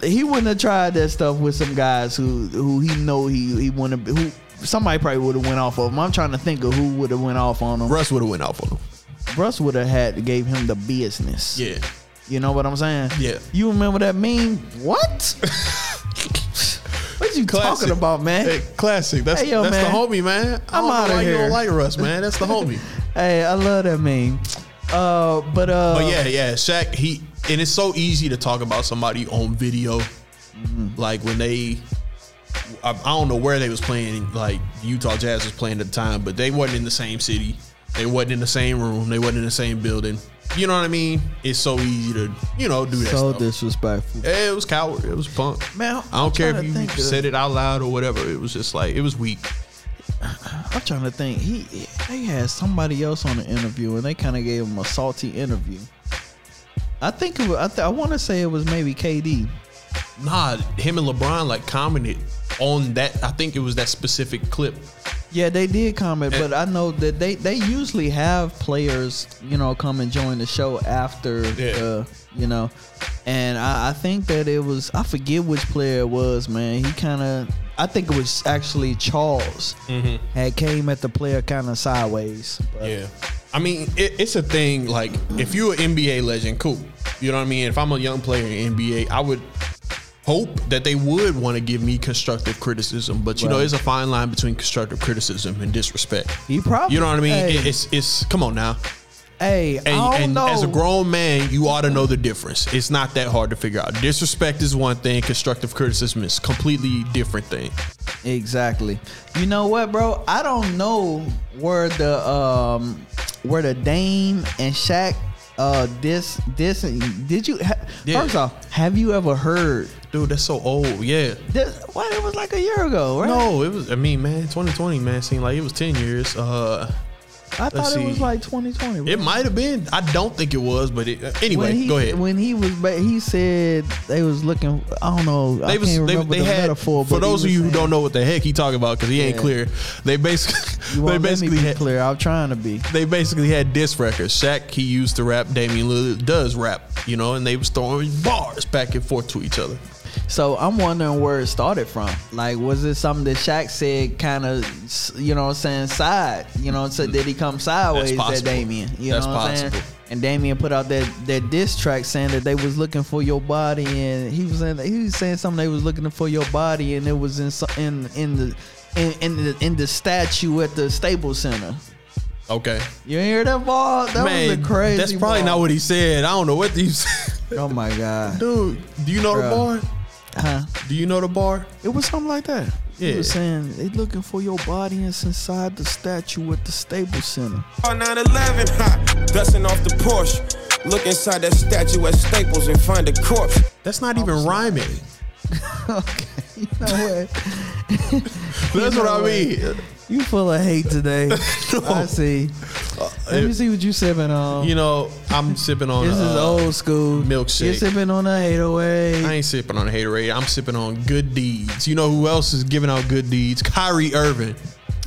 Speaker 1: He wouldn't have tried that stuff with some guys who who he know he he want to who. Somebody probably would have went off of him. I'm trying to think of who would have went off on him.
Speaker 2: Russ would have went off on him.
Speaker 1: Russ would have had gave him the business.
Speaker 2: Yeah.
Speaker 1: You know what I'm saying?
Speaker 2: Yeah.
Speaker 1: You remember that meme? What? what you
Speaker 2: Classic.
Speaker 1: talking about, man?
Speaker 2: Hey, classic. That's
Speaker 1: Hey, yo,
Speaker 2: that's
Speaker 1: man.
Speaker 2: the homie, man. I
Speaker 1: I'm
Speaker 2: don't know
Speaker 1: outta
Speaker 2: why You
Speaker 1: here.
Speaker 2: don't like Russ, man. That's
Speaker 1: (laughs)
Speaker 2: the homie.
Speaker 1: Hey, I love that meme. Uh, but uh,
Speaker 2: But Oh, yeah, yeah, Shaq. He and it's so easy to talk about somebody on video,
Speaker 1: Mm-hmm.
Speaker 2: like when they. I, I don't know where they was playing. Like Utah Jazz was playing at the time, but they wasn't in the same city. They wasn't in the same room. They wasn't in the same building. You know what I mean? It's so easy to you know do that
Speaker 1: so
Speaker 2: stuff.
Speaker 1: disrespectful.
Speaker 2: Yeah, it was coward. It was punk.
Speaker 1: Man,
Speaker 2: I don't
Speaker 1: I'm
Speaker 2: care
Speaker 1: trying
Speaker 2: if
Speaker 1: to
Speaker 2: you
Speaker 1: think of-
Speaker 2: said it out loud or whatever. It was just like it was weak.
Speaker 1: I'm trying to think. He they had somebody else on the interview, and they kind of gave him a salty interview. I think it was, I, th- I want to say it was maybe KD.
Speaker 2: Nah, him and LeBron like commented on that. I think it was that specific clip.
Speaker 1: Yeah, they did comment,
Speaker 2: And-
Speaker 1: but I know that they, they usually have players, you know, come and join the show after,
Speaker 2: Yeah.
Speaker 1: uh, you know, and I, I think that it was I forget which player it was, man. He kind of I think it was actually Charles had came at the player kind of sideways. But
Speaker 2: Mm-hmm. Yeah, I mean, it, it's a thing. Like, if you're an NBA legend, cool. You know what I mean? If I'm a young player in NBA, I would hope that they would want to give me constructive criticism. But you know,
Speaker 1: Right.
Speaker 2: there's a fine line between constructive criticism and disrespect.
Speaker 1: He probably-
Speaker 2: you know what I mean?
Speaker 1: hey.
Speaker 2: It- it's it's come on now.
Speaker 1: Hey,
Speaker 2: And,
Speaker 1: I don't
Speaker 2: and
Speaker 1: know.
Speaker 2: as a grown man, you ought to know the difference. It's not that hard to figure out. Disrespect is one thing. Constructive criticism is completely different thing.
Speaker 1: Exactly. You know what, bro? I don't know where the um where the Dame and Shaq uh this this did you ha-
Speaker 2: Yeah.
Speaker 1: first off have you ever heard
Speaker 2: Dude, that's so old. Yeah.
Speaker 1: this? What it was like a year ago, right?
Speaker 2: No, it was. I mean, man, 2020, man, seemed like it was 10 years. Uh,
Speaker 1: I thought it was
Speaker 2: see.
Speaker 1: like 2020. bro.
Speaker 2: it might have been. I don't think it was, but it, uh, anyway,
Speaker 1: when he,
Speaker 2: go ahead.
Speaker 1: When he was, ba- he said they was looking. I don't know. I
Speaker 2: They was
Speaker 1: can't
Speaker 2: they,
Speaker 1: remember
Speaker 2: they
Speaker 1: the
Speaker 2: had
Speaker 1: metaphor.
Speaker 2: for
Speaker 1: but he
Speaker 2: those of
Speaker 1: was
Speaker 2: you who
Speaker 1: saying-
Speaker 2: don't know what the heck he talking about because he ain't
Speaker 1: Yeah.
Speaker 2: clear. They basically
Speaker 1: you
Speaker 2: they
Speaker 1: won't let me
Speaker 2: basically
Speaker 1: be
Speaker 2: had,
Speaker 1: clear. I'm trying to be.
Speaker 2: they basically had diss records. Shaq he used to rap, Damian Lillard does rap, you know, and they was throwing bars back and forth to each other.
Speaker 1: So I'm wondering where it started from. Like, was it something that Shaq said, kind of, you know what I'm saying, side? You know what I'm saying? Did he come sideways at
Speaker 2: Mm. possible.
Speaker 1: Damien? You
Speaker 2: That's
Speaker 1: know what I'm saying?
Speaker 2: possible.
Speaker 1: And Damien put out that, that diss track saying that they was looking for your body, and he was saying he was saying something they was looking for your body, and it was in so- in in the in, in the in the statue at the Staples Center.
Speaker 2: Okay,
Speaker 1: You hear that ball? That was
Speaker 2: man,
Speaker 1: a crazy.
Speaker 2: that's probably not what he said. I don't know what he (laughs) said.
Speaker 1: Oh my god!
Speaker 2: Dude, do you know
Speaker 1: Bruh.
Speaker 2: the bar?
Speaker 1: Huh?
Speaker 2: Do you know the bar?
Speaker 1: It was something like that. He
Speaker 2: Yeah.
Speaker 1: was saying they looking for your body and it's inside the statue at the Staples
Speaker 2: (laughs)
Speaker 1: Center.
Speaker 5: Oh, 911, ha, dusting off the Porsche. Look inside that statue at Staples and find a corpse.
Speaker 2: That's not even rhyming.
Speaker 1: okay, you know what?
Speaker 2: That's
Speaker 1: know
Speaker 2: what I
Speaker 1: what?
Speaker 2: mean.
Speaker 1: You full of hate
Speaker 2: (laughs)
Speaker 1: today. I see. Let me
Speaker 2: it-
Speaker 1: see what you sipping on.
Speaker 2: Uh, You know, I'm sipping on.
Speaker 1: this is
Speaker 2: uh,
Speaker 1: old school
Speaker 2: milkshake.
Speaker 1: You're sipping on a 808.
Speaker 2: I ain't sipping on haterade. I'm sipping on good deeds. You know who else is giving out good deeds? Kyrie Irving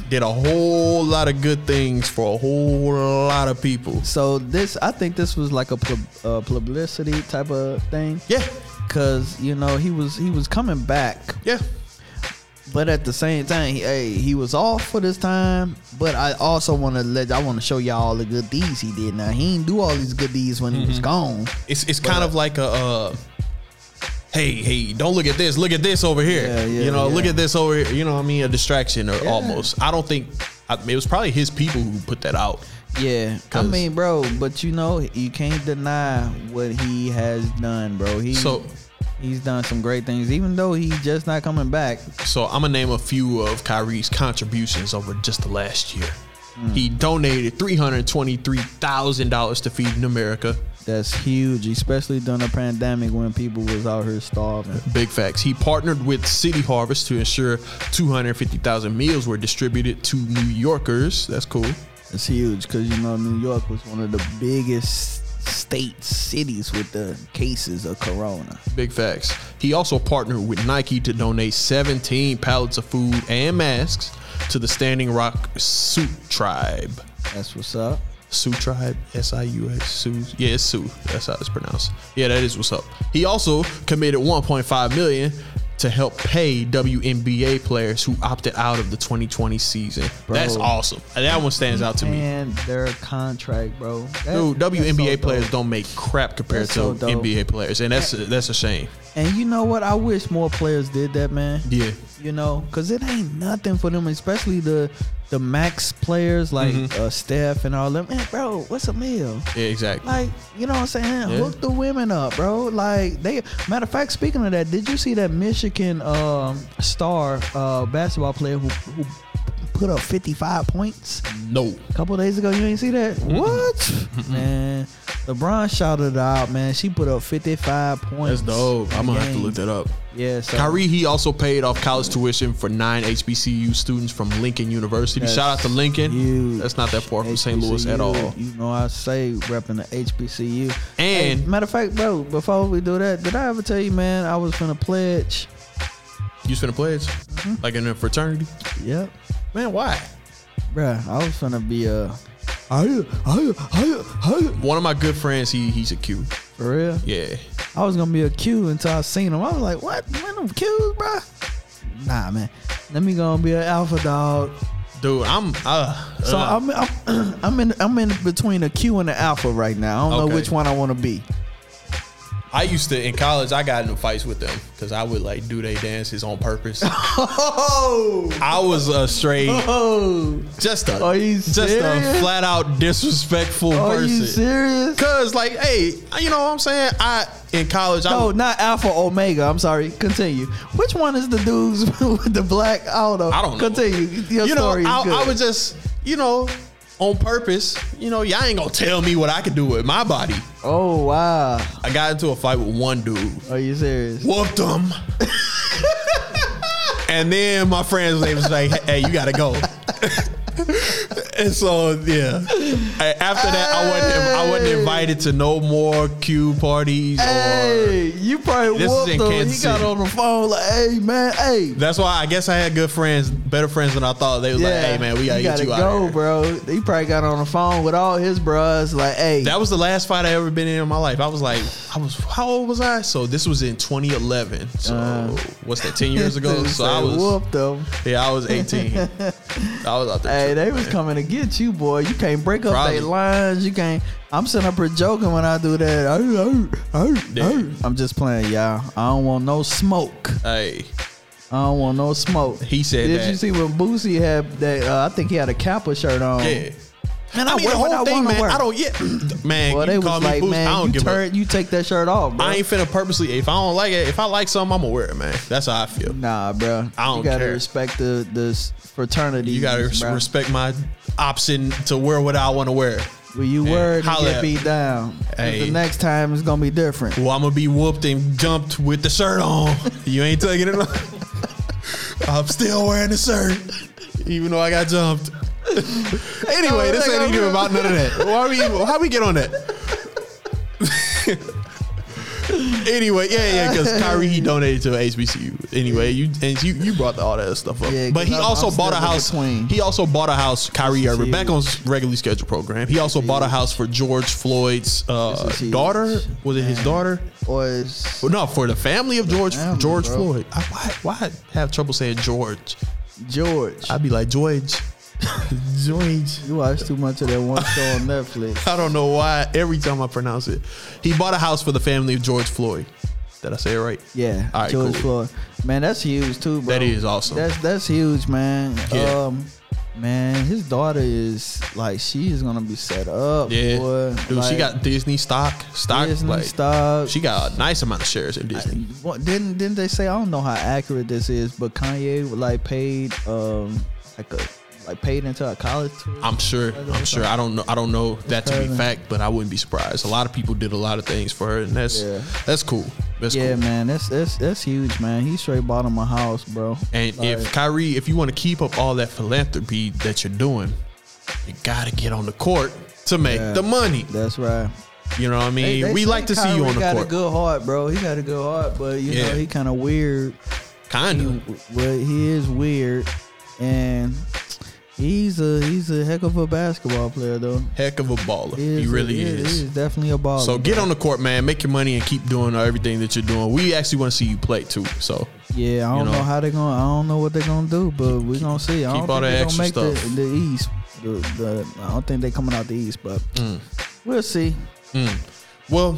Speaker 2: did a whole lot of good things for a whole lot of people.
Speaker 1: so this, I think this was like a pub, uh, publicity type of thing.
Speaker 2: Yeah,
Speaker 1: Cause you know he was he was coming back
Speaker 2: yeah.
Speaker 1: But at the same time, he, hey, he was off for this time. But I also want to let I want to show y'all all the good deeds he did. Now he didn't do all these good deeds when he
Speaker 2: Mm-hmm.
Speaker 1: was gone.
Speaker 2: It's it's kind of like a. Uh, Hey, hey! Don't look at this. Look at this over here.
Speaker 1: Yeah, yeah,
Speaker 2: you know, look
Speaker 1: yeah.
Speaker 2: at this over here. You know, what I mean, a distraction or almost. I don't think I, it was probably his people who put that out.
Speaker 1: Yeah, I
Speaker 2: 'Cause-
Speaker 1: mean, bro, but you know you can't deny what he has done, bro. He
Speaker 2: So-
Speaker 1: he's done some great things, even though he's just not coming back.
Speaker 2: So I'm gonna name a few of Kyrie's contributions over just the last year. He donated three hundred twenty-three thousand dollars to Feeding America.
Speaker 1: That's huge, especially during the pandemic when people was out here starving.
Speaker 2: Big facts. He partnered with City Harvest to ensure two hundred fifty thousand meals were distributed to New Yorkers. That's cool.
Speaker 1: It's huge because you know New York was one of the biggest state cities with the cases of corona.
Speaker 2: Big facts. He also partnered with Nike to donate seventeen pallets of food and masks to the Standing Rock Sioux Tribe.
Speaker 1: That's what's up.
Speaker 2: Sioux Tribe, S I U X, Sioux. Yeah, it's Sioux. That's how it's pronounced. Yeah, that is what's up. He also committed 1.5 million to help pay WNBA players who opted out of the 2020 season. That's awesome. And That one stands out to me.
Speaker 1: And their contract, bro. That-
Speaker 2: Dude,
Speaker 1: that's
Speaker 2: WNBA
Speaker 1: so dope.
Speaker 2: players don't make crap compared
Speaker 1: That's so
Speaker 2: to
Speaker 1: dope.
Speaker 2: NBA players, and that's a, that's a shame.
Speaker 1: And you know what? I wish more players did that, man.
Speaker 2: Yeah.
Speaker 1: You know, cause it ain't nothing for them, especially the the max players like
Speaker 2: Mm-hmm.
Speaker 1: uh, Steph and all them. Man, bro, what's a meal?
Speaker 2: Yeah, exactly.
Speaker 1: Like, you know what I'm saying?
Speaker 2: Yeah.
Speaker 1: Hook the women up, bro. Like they matter of fact, speaking of that, did you see that Michigan um, star uh, basketball player who, who put up 55 points?
Speaker 2: No.
Speaker 1: couple days ago. You ain't see that? What? man, LeBron shouted her out, man. She put up 55 points.
Speaker 2: That's dope. I'm gonna have to look that up.
Speaker 1: Yeah, so
Speaker 2: Kyrie, he also paid off college tuition for nine HBCU students from Lincoln University.
Speaker 1: That's
Speaker 2: Shout out to Lincoln.
Speaker 1: huge.
Speaker 2: That's not that far from St. Louis
Speaker 1: HBCU,
Speaker 2: at all.
Speaker 1: You know, I say repping the HBCU.
Speaker 2: And-
Speaker 1: Hey, matter of fact, bro, before we do that, did I ever tell you, man, I was gonna pledge?
Speaker 2: You finna pledge?
Speaker 1: Hmm?
Speaker 2: Like in a fraternity?
Speaker 1: Yep.
Speaker 2: Man, why?
Speaker 1: Bruh, I was gonna be a
Speaker 2: One of my good friends, he he's a Q.
Speaker 1: for real.
Speaker 2: Yeah.
Speaker 1: I was gonna be a Q until I seen him. I was like, what? Man, them Qs, bruh. Nah, man. Let me go and be an alpha dog.
Speaker 2: dude. I'm uh,
Speaker 1: So I'm, I'm (clears throat) I'm in I'm in between a Q and an alpha right now. I don't
Speaker 2: Okay.
Speaker 1: know which one I want to
Speaker 2: (laughs)
Speaker 1: be.
Speaker 2: I used to in college. I got in fights with them because I would like do they dances on
Speaker 1: (laughs)
Speaker 2: purpose.
Speaker 1: Oh,
Speaker 2: I was a straight,
Speaker 1: oh,
Speaker 2: just a
Speaker 1: Are you
Speaker 2: just a
Speaker 1: serious?
Speaker 2: flat out disrespectful
Speaker 1: are you
Speaker 2: person.
Speaker 1: serious?
Speaker 2: Cause like, hey, you know what I'm saying? I in college, I
Speaker 1: No,
Speaker 2: would-
Speaker 1: not Alpha Omega. I'm sorry. Continue. Which one is the dudes (laughs) with the black? I don't know.
Speaker 2: I don't know.
Speaker 1: Continue. Your
Speaker 2: you know,
Speaker 1: story
Speaker 2: I,
Speaker 1: is good.
Speaker 2: I was just, you know, on purpose. You know, y'all ain't gonna tell me what I can do with my body.
Speaker 1: oh wow.
Speaker 2: I got into a fight with one dude.
Speaker 1: Are you serious?
Speaker 2: whooped him. (laughs) and then my friend's name was like, "Hey, you gotta go." (laughs) and so yeah, I- after that, I wasn't I wasn't invited to no more Q parties. Or,
Speaker 1: Hey, you probably
Speaker 2: This is
Speaker 1: whooped
Speaker 2: in
Speaker 1: him.
Speaker 2: Kansas
Speaker 1: He got
Speaker 2: City.
Speaker 1: on the phone like, "Hey man, hey."
Speaker 2: that's why I guess I had good friends, better friends than I thought. They was like, "Hey man, we gotta, get you
Speaker 1: go,
Speaker 2: out." Of here.
Speaker 1: bro. He probably got on the phone with all his bros. Like, hey,
Speaker 2: That was the last fight I ever been in in my life. I was like, I was how old was I? So this was in 2011. So what's that? 10 years
Speaker 1: (laughs)
Speaker 2: ago.
Speaker 1: Dude
Speaker 2: so I
Speaker 1: Uh. said,
Speaker 2: was
Speaker 1: whooped him.
Speaker 2: yeah, I was 18. I was out there.
Speaker 1: Hey,
Speaker 2: tripping,
Speaker 1: they was
Speaker 2: man.
Speaker 1: coming to get you, boy. You can't break up
Speaker 2: Probably.
Speaker 1: their lines. You can't. I'm sitting up here joking when I do that. Hey, hey, hey,
Speaker 2: Yeah.
Speaker 1: hey. I'm just playing, y'all. I don't want no smoke.
Speaker 2: Hey.
Speaker 1: I don't want no smoke.
Speaker 2: He said
Speaker 1: Did
Speaker 2: that.
Speaker 1: you see when Boosie had that? Uh, I think he had a Kappa shirt on.
Speaker 2: Yeah.
Speaker 1: Man, I,
Speaker 2: I mean,
Speaker 1: wear
Speaker 2: the
Speaker 1: what I
Speaker 2: whole thing,
Speaker 1: wanna
Speaker 2: man.
Speaker 1: wear.
Speaker 2: I don't yet. (clears throat) Man,
Speaker 1: Well, they
Speaker 2: you
Speaker 1: was
Speaker 2: call me
Speaker 1: like,
Speaker 2: boost.
Speaker 1: man,
Speaker 2: I don't
Speaker 1: you
Speaker 2: give a.
Speaker 1: turn, you take that shirt off, bro.
Speaker 2: I ain't finna purposely. If I don't like it, if I like something, I'm gonna wear it, man. That's how I feel.
Speaker 1: Nah, bro.
Speaker 2: I
Speaker 1: You
Speaker 2: don't
Speaker 1: gotta
Speaker 2: care.
Speaker 1: respect the the s- fraternity.
Speaker 2: You gotta res-
Speaker 1: bro.
Speaker 2: respect my option to wear what I want to wear.
Speaker 1: Will you
Speaker 2: Yeah,
Speaker 1: word and
Speaker 2: holla
Speaker 1: get
Speaker 2: at
Speaker 1: beat down? 'Cause
Speaker 2: Hey.
Speaker 1: The next time it's gonna be different.
Speaker 2: Well, I'm gonna be whooped and jumped with the shirt on. You ain't taking it off. I'm still wearing the shirt, even though I got jumped.
Speaker 1: Oh,
Speaker 2: anyway, this ain't even about none of that. Why we? How we get on that? anyway, yeah, yeah, because Kyrie he donated to HBCU. Anyway, you and you you brought all that stuff up,
Speaker 1: Yeah,
Speaker 2: but
Speaker 1: 'cause
Speaker 2: he
Speaker 1: I'm-
Speaker 2: also
Speaker 1: I'm
Speaker 2: bought a
Speaker 1: still in
Speaker 2: house.
Speaker 1: between.
Speaker 2: He also bought a house. Kyrie
Speaker 1: This is
Speaker 2: Irving back on
Speaker 1: huge.
Speaker 2: s- regularly scheduled program. He also bought a house for George Floyd's uh,
Speaker 1: This is huge.
Speaker 2: daughter. Was it his daughter?
Speaker 1: Or it's
Speaker 2: Well, no, for the family of George
Speaker 1: family,
Speaker 2: George
Speaker 1: bro.
Speaker 2: Floyd. I, why why have trouble saying George?
Speaker 1: George.
Speaker 2: I'd be like George,
Speaker 1: (laughs)
Speaker 2: George.
Speaker 1: you watch too much of that one show
Speaker 2: (laughs)
Speaker 1: on Netflix.
Speaker 2: I don't know why every time I pronounce it. He bought a house for the family of George Floyd. Did I say it right?
Speaker 1: Yeah,
Speaker 2: All right,
Speaker 1: George
Speaker 2: cool.
Speaker 1: Floyd. Man, that's huge too, bro.
Speaker 2: That is awesome.
Speaker 1: That's that's huge, man.
Speaker 2: Yeah.
Speaker 1: Um, man, his daughter is like she is gonna be set up.
Speaker 2: Yeah,
Speaker 1: boy.
Speaker 2: dude, she
Speaker 1: Like,
Speaker 2: got Disney stock, stock,
Speaker 1: Disney
Speaker 2: like,
Speaker 1: stock.
Speaker 2: She got a nice amount of shares in Disney.
Speaker 1: What, didn't didn't they say I don't know how accurate this is, but Kanye like paid um like a like paid into a college tour.
Speaker 2: I'm sure. I'm sure. I don't know. I don't know that to be
Speaker 1: crazy.
Speaker 2: fact, but I wouldn't be surprised. A lot of people did a lot of things for her, and that's
Speaker 1: Yeah.
Speaker 2: that's cool. That's
Speaker 1: yeah,
Speaker 2: cool.
Speaker 1: man, that's that's that's huge, man. He straight bought him a house, bro.
Speaker 2: And if
Speaker 1: Like,
Speaker 2: Kyrie, if you want to keep up all that philanthropy that you're doing, you gotta get on the court to make
Speaker 1: Yeah.
Speaker 2: the money.
Speaker 1: that's right.
Speaker 2: You know what I mean?
Speaker 1: They- they
Speaker 2: we
Speaker 1: say
Speaker 2: like to see you
Speaker 1: Kyrie
Speaker 2: on the
Speaker 1: got
Speaker 2: court.
Speaker 1: a good heart, bro. He got a good heart, but you
Speaker 2: Yeah.
Speaker 1: know he kind of weird.
Speaker 2: kind
Speaker 1: He,
Speaker 2: of.
Speaker 1: well, he is weird, and he's a he's a heck of a basketball player, though.
Speaker 2: Heck of a baller.
Speaker 1: He, is
Speaker 2: He
Speaker 1: a-
Speaker 2: really
Speaker 1: yeah,
Speaker 2: is.
Speaker 1: He is definitely a baller.
Speaker 2: So get on the court, man. Make your money and keep doing everything that you're doing. We actually want to see you play too. So
Speaker 1: Yeah, I don't
Speaker 2: know.
Speaker 1: know. how they're gonna. I don't know what they're gonna do, but we're gonna see. I don't think
Speaker 2: all
Speaker 1: they're
Speaker 2: that
Speaker 1: gonna make
Speaker 2: extra
Speaker 1: the,
Speaker 2: stuff.
Speaker 1: the East. The, the, I don't think they coming out the East, but
Speaker 2: Mm.
Speaker 1: we'll see.
Speaker 2: Well,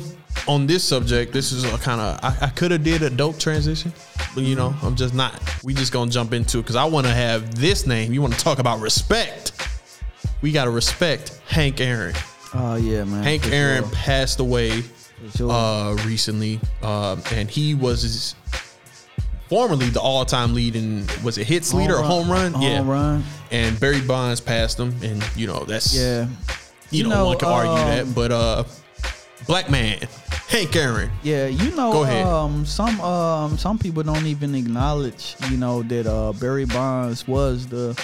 Speaker 2: on this subject, this is a kind of I, I could have did a dope transition, but you know I'm just not. We just gonna jump into it because I want to have this name. You want to talk about respect? We gotta respect Hank Aaron.
Speaker 1: Oh yeah, man.
Speaker 2: Hank
Speaker 1: for
Speaker 2: Aaron
Speaker 1: sure.
Speaker 2: passed away
Speaker 1: For sure.
Speaker 2: uh, recently, um, and he was formerly the all-time leading. Was it hits leader or home run?
Speaker 1: Home run.
Speaker 2: And Barry Bonds passed him, and you know that's
Speaker 1: Yeah.
Speaker 2: you,
Speaker 1: You
Speaker 2: know, one
Speaker 1: know,
Speaker 2: can argue that,
Speaker 1: um,
Speaker 2: but uh, black man Hank Aaron.
Speaker 1: Yeah, you know,
Speaker 2: Go ahead.
Speaker 1: um, some um, some people don't even acknowledge, you know, that uh, Barry Bonds was the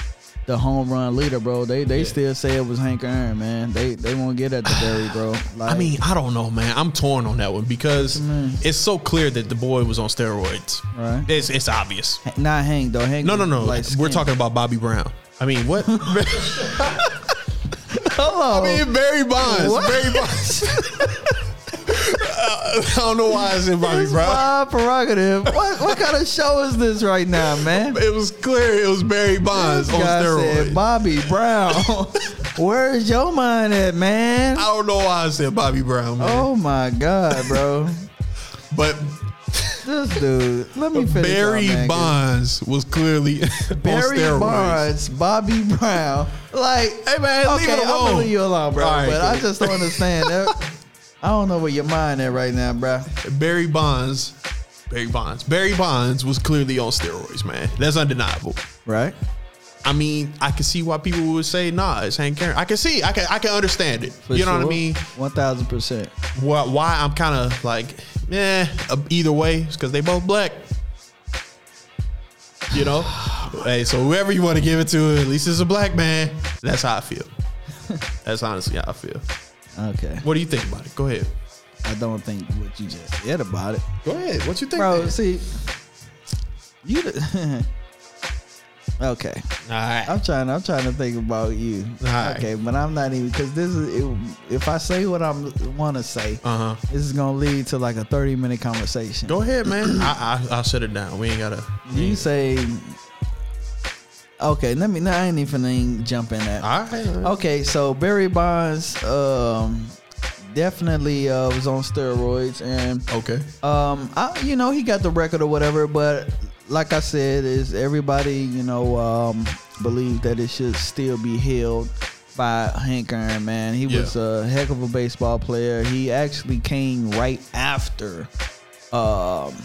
Speaker 1: the home run leader, bro. They they still say it was Hank Aaron, man. They they won't get at the
Speaker 2: (sighs)
Speaker 1: Barry, bro. Like,
Speaker 2: I mean, I don't know, man. I'm torn on that one because it's so clear that the boy was on steroids.
Speaker 1: Right.
Speaker 2: It's it's obvious.
Speaker 1: not Hank though. Hank.
Speaker 2: No, no,
Speaker 1: was,
Speaker 2: no.
Speaker 1: like,
Speaker 2: We're
Speaker 1: skinny.
Speaker 2: talking about Bobby Brown. I
Speaker 1: (laughs)
Speaker 2: mean, what? I
Speaker 1: Hello.
Speaker 2: mean, Barry Bonds.
Speaker 1: (laughs) What?
Speaker 2: Barry Bonds. I don't know why (laughs) it's in my
Speaker 1: It's
Speaker 2: bro.
Speaker 1: my prerogative. What what kind of show is this right
Speaker 2: (laughs)
Speaker 1: now, man?
Speaker 2: It was clear it was Barry Bonds
Speaker 1: This
Speaker 2: on
Speaker 1: guy
Speaker 2: steroids.
Speaker 1: said,
Speaker 2: (laughs)
Speaker 1: Bobby Brown, (laughs) where is your mind at, man?
Speaker 2: I don't know why I said Bobby Brown, man.
Speaker 1: Oh my God, bro.
Speaker 2: But
Speaker 1: this dude. Let me finish.
Speaker 2: Barry
Speaker 1: y'all, man, 'cause
Speaker 2: Bonds was clearly (laughs) on
Speaker 1: Barry
Speaker 2: steroids.
Speaker 1: Bonds, Bobby Brown. Like,
Speaker 2: Hey, man, leave
Speaker 1: okay,
Speaker 2: it
Speaker 1: I'm gonna
Speaker 2: alone.
Speaker 1: leave you alone, bro.
Speaker 2: All right,
Speaker 1: but I
Speaker 2: cool.
Speaker 1: just don't understand. that. (laughs) I don't know where your mind at right now, bro.
Speaker 2: Barry Bonds. Barry Bonds. Barry Bonds was clearly on steroids, man. That's undeniable.
Speaker 1: Right?
Speaker 2: I mean, I can see why people would say, "Nah, it's Hank Aaron." I can see, I can, I can understand it.
Speaker 1: For
Speaker 2: you know what I
Speaker 1: sure.
Speaker 2: mean?
Speaker 1: One thousand percent.
Speaker 2: Why, why I'm kind of like, eh. uh, Either way, it's because they both black. You know, (sighs) hey. So whoever you want to give it to, at least it's a black man. That's how I (laughs) feel. That's honestly how I feel.
Speaker 1: Okay.
Speaker 2: What do you think about it? Go ahead.
Speaker 1: I don't think what you just said about it,
Speaker 2: Go ahead. What you think?
Speaker 1: bro.
Speaker 2: man?
Speaker 1: See, you. The, (laughs) okay.
Speaker 2: All right.
Speaker 1: I'm trying. I'm trying to think about you.
Speaker 2: Alright.
Speaker 1: Okay, but I'm not even because this is it, if I say what I want to say,
Speaker 2: Uh-huh.
Speaker 1: this is gonna lead to like a 30 minute conversation.
Speaker 2: Go ahead, man. I, I I'll shut it down. We ain't gotta.
Speaker 1: You say, okay. Let me. No, I ain't even finna jump in that.
Speaker 2: All right.
Speaker 1: Okay, so Barry Bonds, um, definitely uh, was on steroids and.
Speaker 2: Okay.
Speaker 1: Um, I, you know, he got the record or whatever, but like I said, is everybody, you know, um, believe that it should still be held by Hank Aaron, man. He
Speaker 2: Yeah.
Speaker 1: was a heck of a baseball player. He actually came right after, um,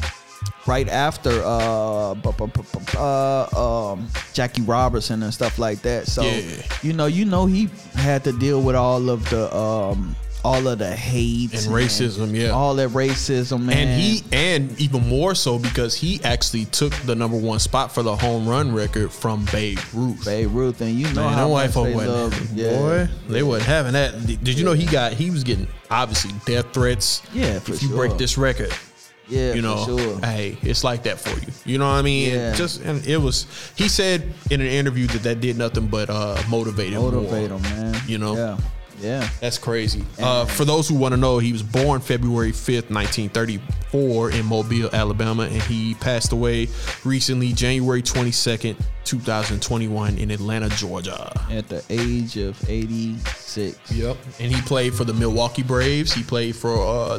Speaker 1: right after, uh, bu- bu- bu- bu- uh um, Jackie Robertson and stuff like that. So,
Speaker 2: Yeah.
Speaker 1: you know, you know, he had to deal with all of the, um, all of the hate
Speaker 2: And racism, yeah.
Speaker 1: all that racism, man.
Speaker 2: And he and even more so because he actually took the number one spot for the home run record from Babe Ruth.
Speaker 1: Babe Ruth, and you know
Speaker 2: Man,
Speaker 1: how
Speaker 2: them white
Speaker 1: much
Speaker 2: folk
Speaker 1: they
Speaker 2: wasn't
Speaker 1: love,
Speaker 2: having-
Speaker 1: yeah.
Speaker 2: boy. They wasn't having that. Did did you know he got he was getting obviously death threats?
Speaker 1: Yeah, for
Speaker 2: if you
Speaker 1: sure.
Speaker 2: break this record.
Speaker 1: yeah,
Speaker 2: you know,
Speaker 1: for sure.
Speaker 2: hey, it's like that for you. You know what I mean?
Speaker 1: Yeah.
Speaker 2: And just and it was. He said in an interview that that did nothing but uh, motivate him. more.
Speaker 1: Motivate them, man.
Speaker 2: You know?
Speaker 1: yeah, yeah.
Speaker 2: That's crazy. Uh, for those who want to know, he was born February 5th, 1934, in Mobile, Alabama, and he passed away recently, January 22nd, 2021, in Atlanta, Georgia.
Speaker 1: At the age of eighty six,
Speaker 2: Yep. And he played for the Milwaukee Braves. He played for uh,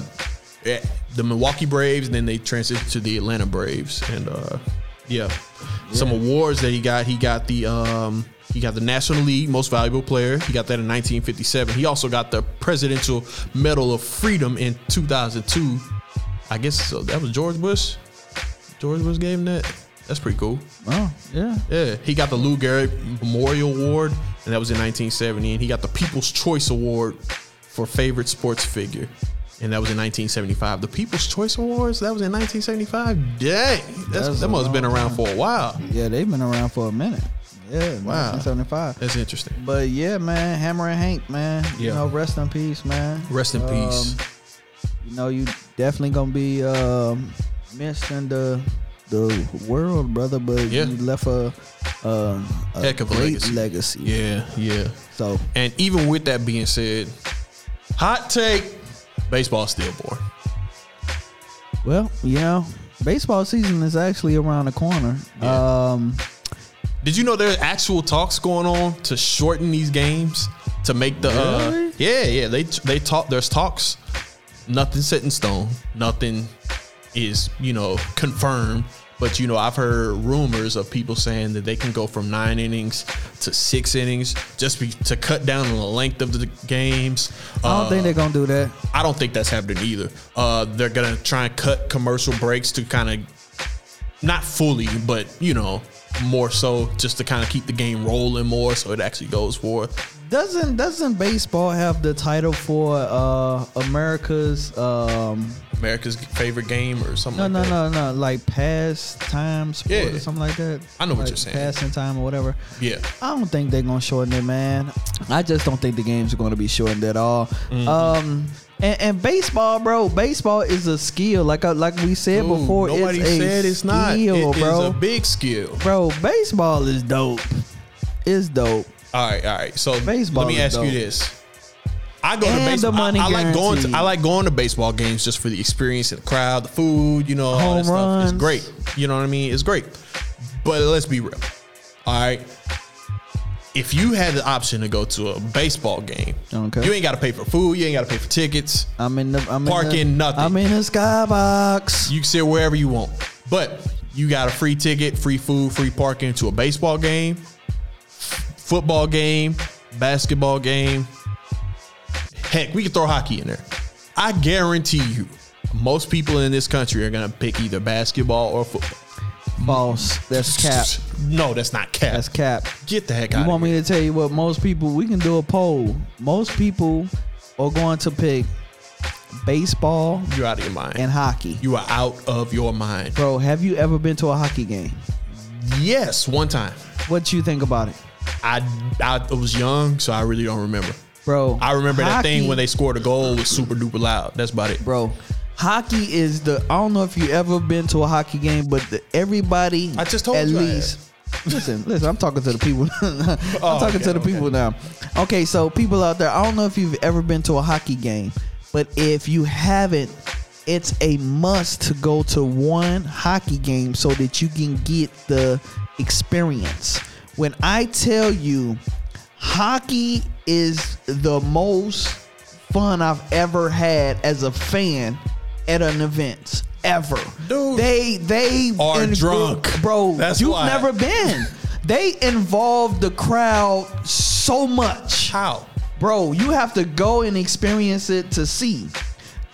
Speaker 2: eh, the Milwaukee Braves, and then they transitioned to the Atlanta Braves. And uh, yeah, some awards that he got. He got the um, he got the National League Most Valuable Player. He got that in 1957. He also got the Presidential Medal of Freedom in 2002. I guess so. That was George Bush. George Bush gave him that. That's pretty cool.
Speaker 1: oh yeah,
Speaker 2: Yeah, he got the Lou Gehrig Memorial Award, and that was in 1970. And he got the People's Choice Award for favorite sports figure, and that was in 1975. The People's Choice Awards that was in 1975. Dang, that's,
Speaker 1: That's
Speaker 2: that
Speaker 1: a
Speaker 2: must have been
Speaker 1: long
Speaker 2: around for a while.
Speaker 1: yeah. They've been around for a minute. Yeah,
Speaker 2: Wow.
Speaker 1: wow, seventy five.
Speaker 2: That's interesting.
Speaker 1: But yeah, man, Hammer and Hank, man. You
Speaker 2: Yeah.
Speaker 1: know, rest in peace, man.
Speaker 2: Rest in peace.
Speaker 1: Um, You know, you definitely gonna be um, missed in the the world, brother. But
Speaker 2: Yeah.
Speaker 1: you left a, um a
Speaker 2: Heck of a
Speaker 1: great
Speaker 2: legacy.
Speaker 1: legacy.
Speaker 2: Yeah, yeah.
Speaker 1: So
Speaker 2: And even with that being said, hot take: baseball still boring.
Speaker 1: well, you know, baseball season is actually around the corner. Um,
Speaker 2: Did you know there are actual talks going on to shorten these games to make the uh,
Speaker 1: Really?
Speaker 2: yeah yeah they they talk there's talks nothing set in stone nothing is you know confirmed but you know I've heard rumors of people saying that they can go from nine innings to six innings just be, to cut down on the length of the games.
Speaker 1: I don't
Speaker 2: Uh,
Speaker 1: think they're gonna do that.
Speaker 2: I don't think that's happening either. Uh, they're gonna try and cut commercial breaks to kind of not fully, but you know, more so just to kind of keep the game rolling more, so it actually goes forth.
Speaker 1: Doesn't doesn't baseball have the title for uh, America's um,
Speaker 2: America's favorite game or something.
Speaker 1: No,
Speaker 2: like
Speaker 1: no,
Speaker 2: that.
Speaker 1: no, no. Like pastime sport
Speaker 2: Yeah.
Speaker 1: or something like that.
Speaker 2: I know what
Speaker 1: Like
Speaker 2: you're saying.
Speaker 1: Passing time or whatever.
Speaker 2: Yeah.
Speaker 1: I don't think they're gonna shorten it, man. I just don't think the games are gonna be shortened at all.
Speaker 2: Mm-hmm.
Speaker 1: Um, and, and baseball, bro, baseball is a skill. Like I, like we said
Speaker 2: Ooh,
Speaker 1: before,
Speaker 2: nobody
Speaker 1: it's a
Speaker 2: said it's not. It
Speaker 1: skill,
Speaker 2: is
Speaker 1: bro.
Speaker 2: a big skill.
Speaker 1: bro, baseball is dope. It's dope.
Speaker 2: All right, all right. So
Speaker 1: Baseball
Speaker 2: let me
Speaker 1: is
Speaker 2: ask
Speaker 1: dope.
Speaker 2: you this: I go to
Speaker 6: And the
Speaker 2: baseball.
Speaker 6: money
Speaker 2: I, I like going to
Speaker 6: guaranteed.
Speaker 2: I like going to baseball games just for the experience of the crowd, the food, you know, all that
Speaker 1: Home
Speaker 2: stuff. It's
Speaker 1: runs.
Speaker 2: great. You know what I mean? It's great. But let's be real. All right. If you had the option to go to a baseball game,
Speaker 1: Okay.
Speaker 2: you ain't got to pay for food. You ain't got to pay for tickets.
Speaker 1: I'm in the I'm in the,
Speaker 2: Parking, nothing.
Speaker 1: I'm in the skybox.
Speaker 2: You can sit wherever you want. But you got a free ticket, free food, free parking to a baseball game, football game, basketball game. Heck, we can throw hockey in there. I guarantee you, most people in this country are going to pick either basketball or football.
Speaker 1: Boss, that's cap.
Speaker 2: No, that's not cap.
Speaker 1: That's cap.
Speaker 2: Get the heck
Speaker 1: You
Speaker 2: out
Speaker 1: want
Speaker 2: of
Speaker 1: me
Speaker 2: here.
Speaker 1: to tell you what most people we can do a poll. Most people are going to pick baseball
Speaker 2: You're out of your mind.
Speaker 1: and hockey.
Speaker 2: you are out of your mind.
Speaker 1: Bro, have you ever been to a hockey game?
Speaker 2: Yes, one time.
Speaker 1: What you think about it?
Speaker 2: I, I was young, so I really don't remember.
Speaker 1: Bro,
Speaker 2: I remember that thing
Speaker 1: hockey-
Speaker 2: when they scored a goal was super duper loud. That's about it.
Speaker 1: bro. Hockey is the. I don't know if you ever been to a hockey game, but the, everybody.
Speaker 2: I just told
Speaker 1: at
Speaker 2: you I
Speaker 1: least. listen, listen. I'm talking to the people. (laughs) I'm talking
Speaker 2: Oh, okay,
Speaker 1: to the
Speaker 2: okay.
Speaker 1: people now. Okay, so people out there, I don't know if you've ever been to a hockey game, but if you haven't, it's a must to go to one hockey game so that you can get the experience. When I tell you, hockey is the most fun I've ever had as a fan at an event ever.
Speaker 2: Dude.
Speaker 1: They they
Speaker 2: Are
Speaker 1: engr-
Speaker 2: drunk.
Speaker 1: bro.
Speaker 2: That's
Speaker 1: you've
Speaker 2: why.
Speaker 1: never been. They involve the crowd so much,
Speaker 2: How?
Speaker 1: bro. You have to go and experience it to see.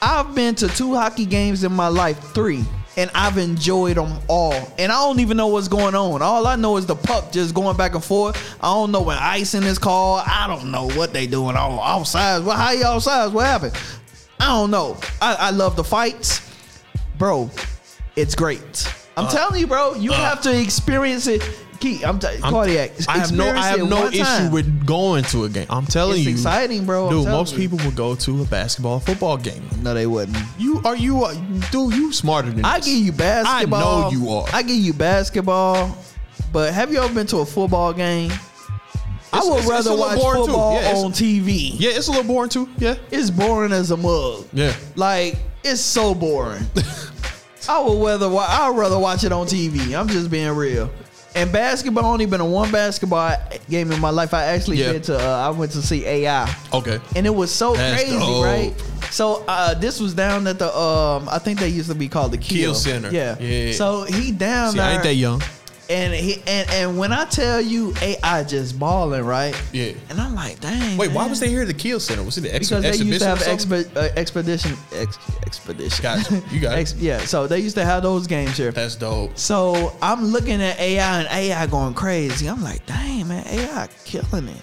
Speaker 1: I've been to two hockey games in my life, three, and I've enjoyed them all. And I don't even know what's going on. All I know is the puck just going back and forth. I don't know when icing is called. I don't know what they doing. Oh, offsides. Well, how you offsides? What happened? I don't know. I, I love the fights bro, it's great. I'm
Speaker 2: Uh,
Speaker 1: telling you, bro, you have to experience it. Key, I'm, t-
Speaker 2: I'm-
Speaker 1: cardiac.
Speaker 2: I have no. I have no issue
Speaker 1: with.
Speaker 2: with going to a game. I'm telling
Speaker 1: It's
Speaker 2: you,
Speaker 1: exciting, bro. I'm
Speaker 2: Dude,
Speaker 1: telling
Speaker 2: most
Speaker 1: you.
Speaker 2: people will go to a basketball, football game.
Speaker 1: No, they wouldn't.
Speaker 2: You are you, are, dude. You smarter than
Speaker 1: I
Speaker 2: this.
Speaker 1: give you basketball.
Speaker 2: I know you are.
Speaker 1: I give you basketball, but have you ever been to a football game? I would
Speaker 2: It's- it's- it's a
Speaker 1: rather
Speaker 2: little
Speaker 1: watch
Speaker 2: boring, too.
Speaker 1: football
Speaker 2: Yeah, it's-
Speaker 1: on TV.
Speaker 2: Yeah, it's a little boring too. Yeah,
Speaker 1: It's boring as a mug.
Speaker 2: yeah.
Speaker 1: Like it's so
Speaker 2: (laughs)
Speaker 1: boring. I would rather wa- I'd rather watch it on TV. I'm just being real. And basketball only been a one basketball game in my life. I actually
Speaker 2: Yeah.
Speaker 1: been to uh, I went to see AI,
Speaker 2: Okay.
Speaker 1: and it was so
Speaker 2: That's
Speaker 1: crazy,
Speaker 2: dope.
Speaker 1: right? So uh, this was down at the um I think they used to be called the Kiel,
Speaker 2: Kiel Center.
Speaker 1: Yeah.
Speaker 2: Yeah.
Speaker 1: So he down
Speaker 2: See,
Speaker 1: there,
Speaker 2: I ain't that young.
Speaker 1: and he and and when I tell you AI just balling, right?
Speaker 2: Yeah.
Speaker 1: And I'm like, dang.
Speaker 2: Wait, why
Speaker 1: man.
Speaker 2: was they here at the Keel Center? Was it the ex-
Speaker 1: Because they
Speaker 2: exhibition?
Speaker 1: used to have
Speaker 2: or something?
Speaker 1: expe- uh, expedition ex- expedition.
Speaker 2: Gotcha.
Speaker 1: (laughs)
Speaker 2: You got it.
Speaker 1: yeah, so they used to have those games here.
Speaker 2: That's dope.
Speaker 1: So I'm looking at AI and AI going crazy. I'm like, dang man, AI killing it.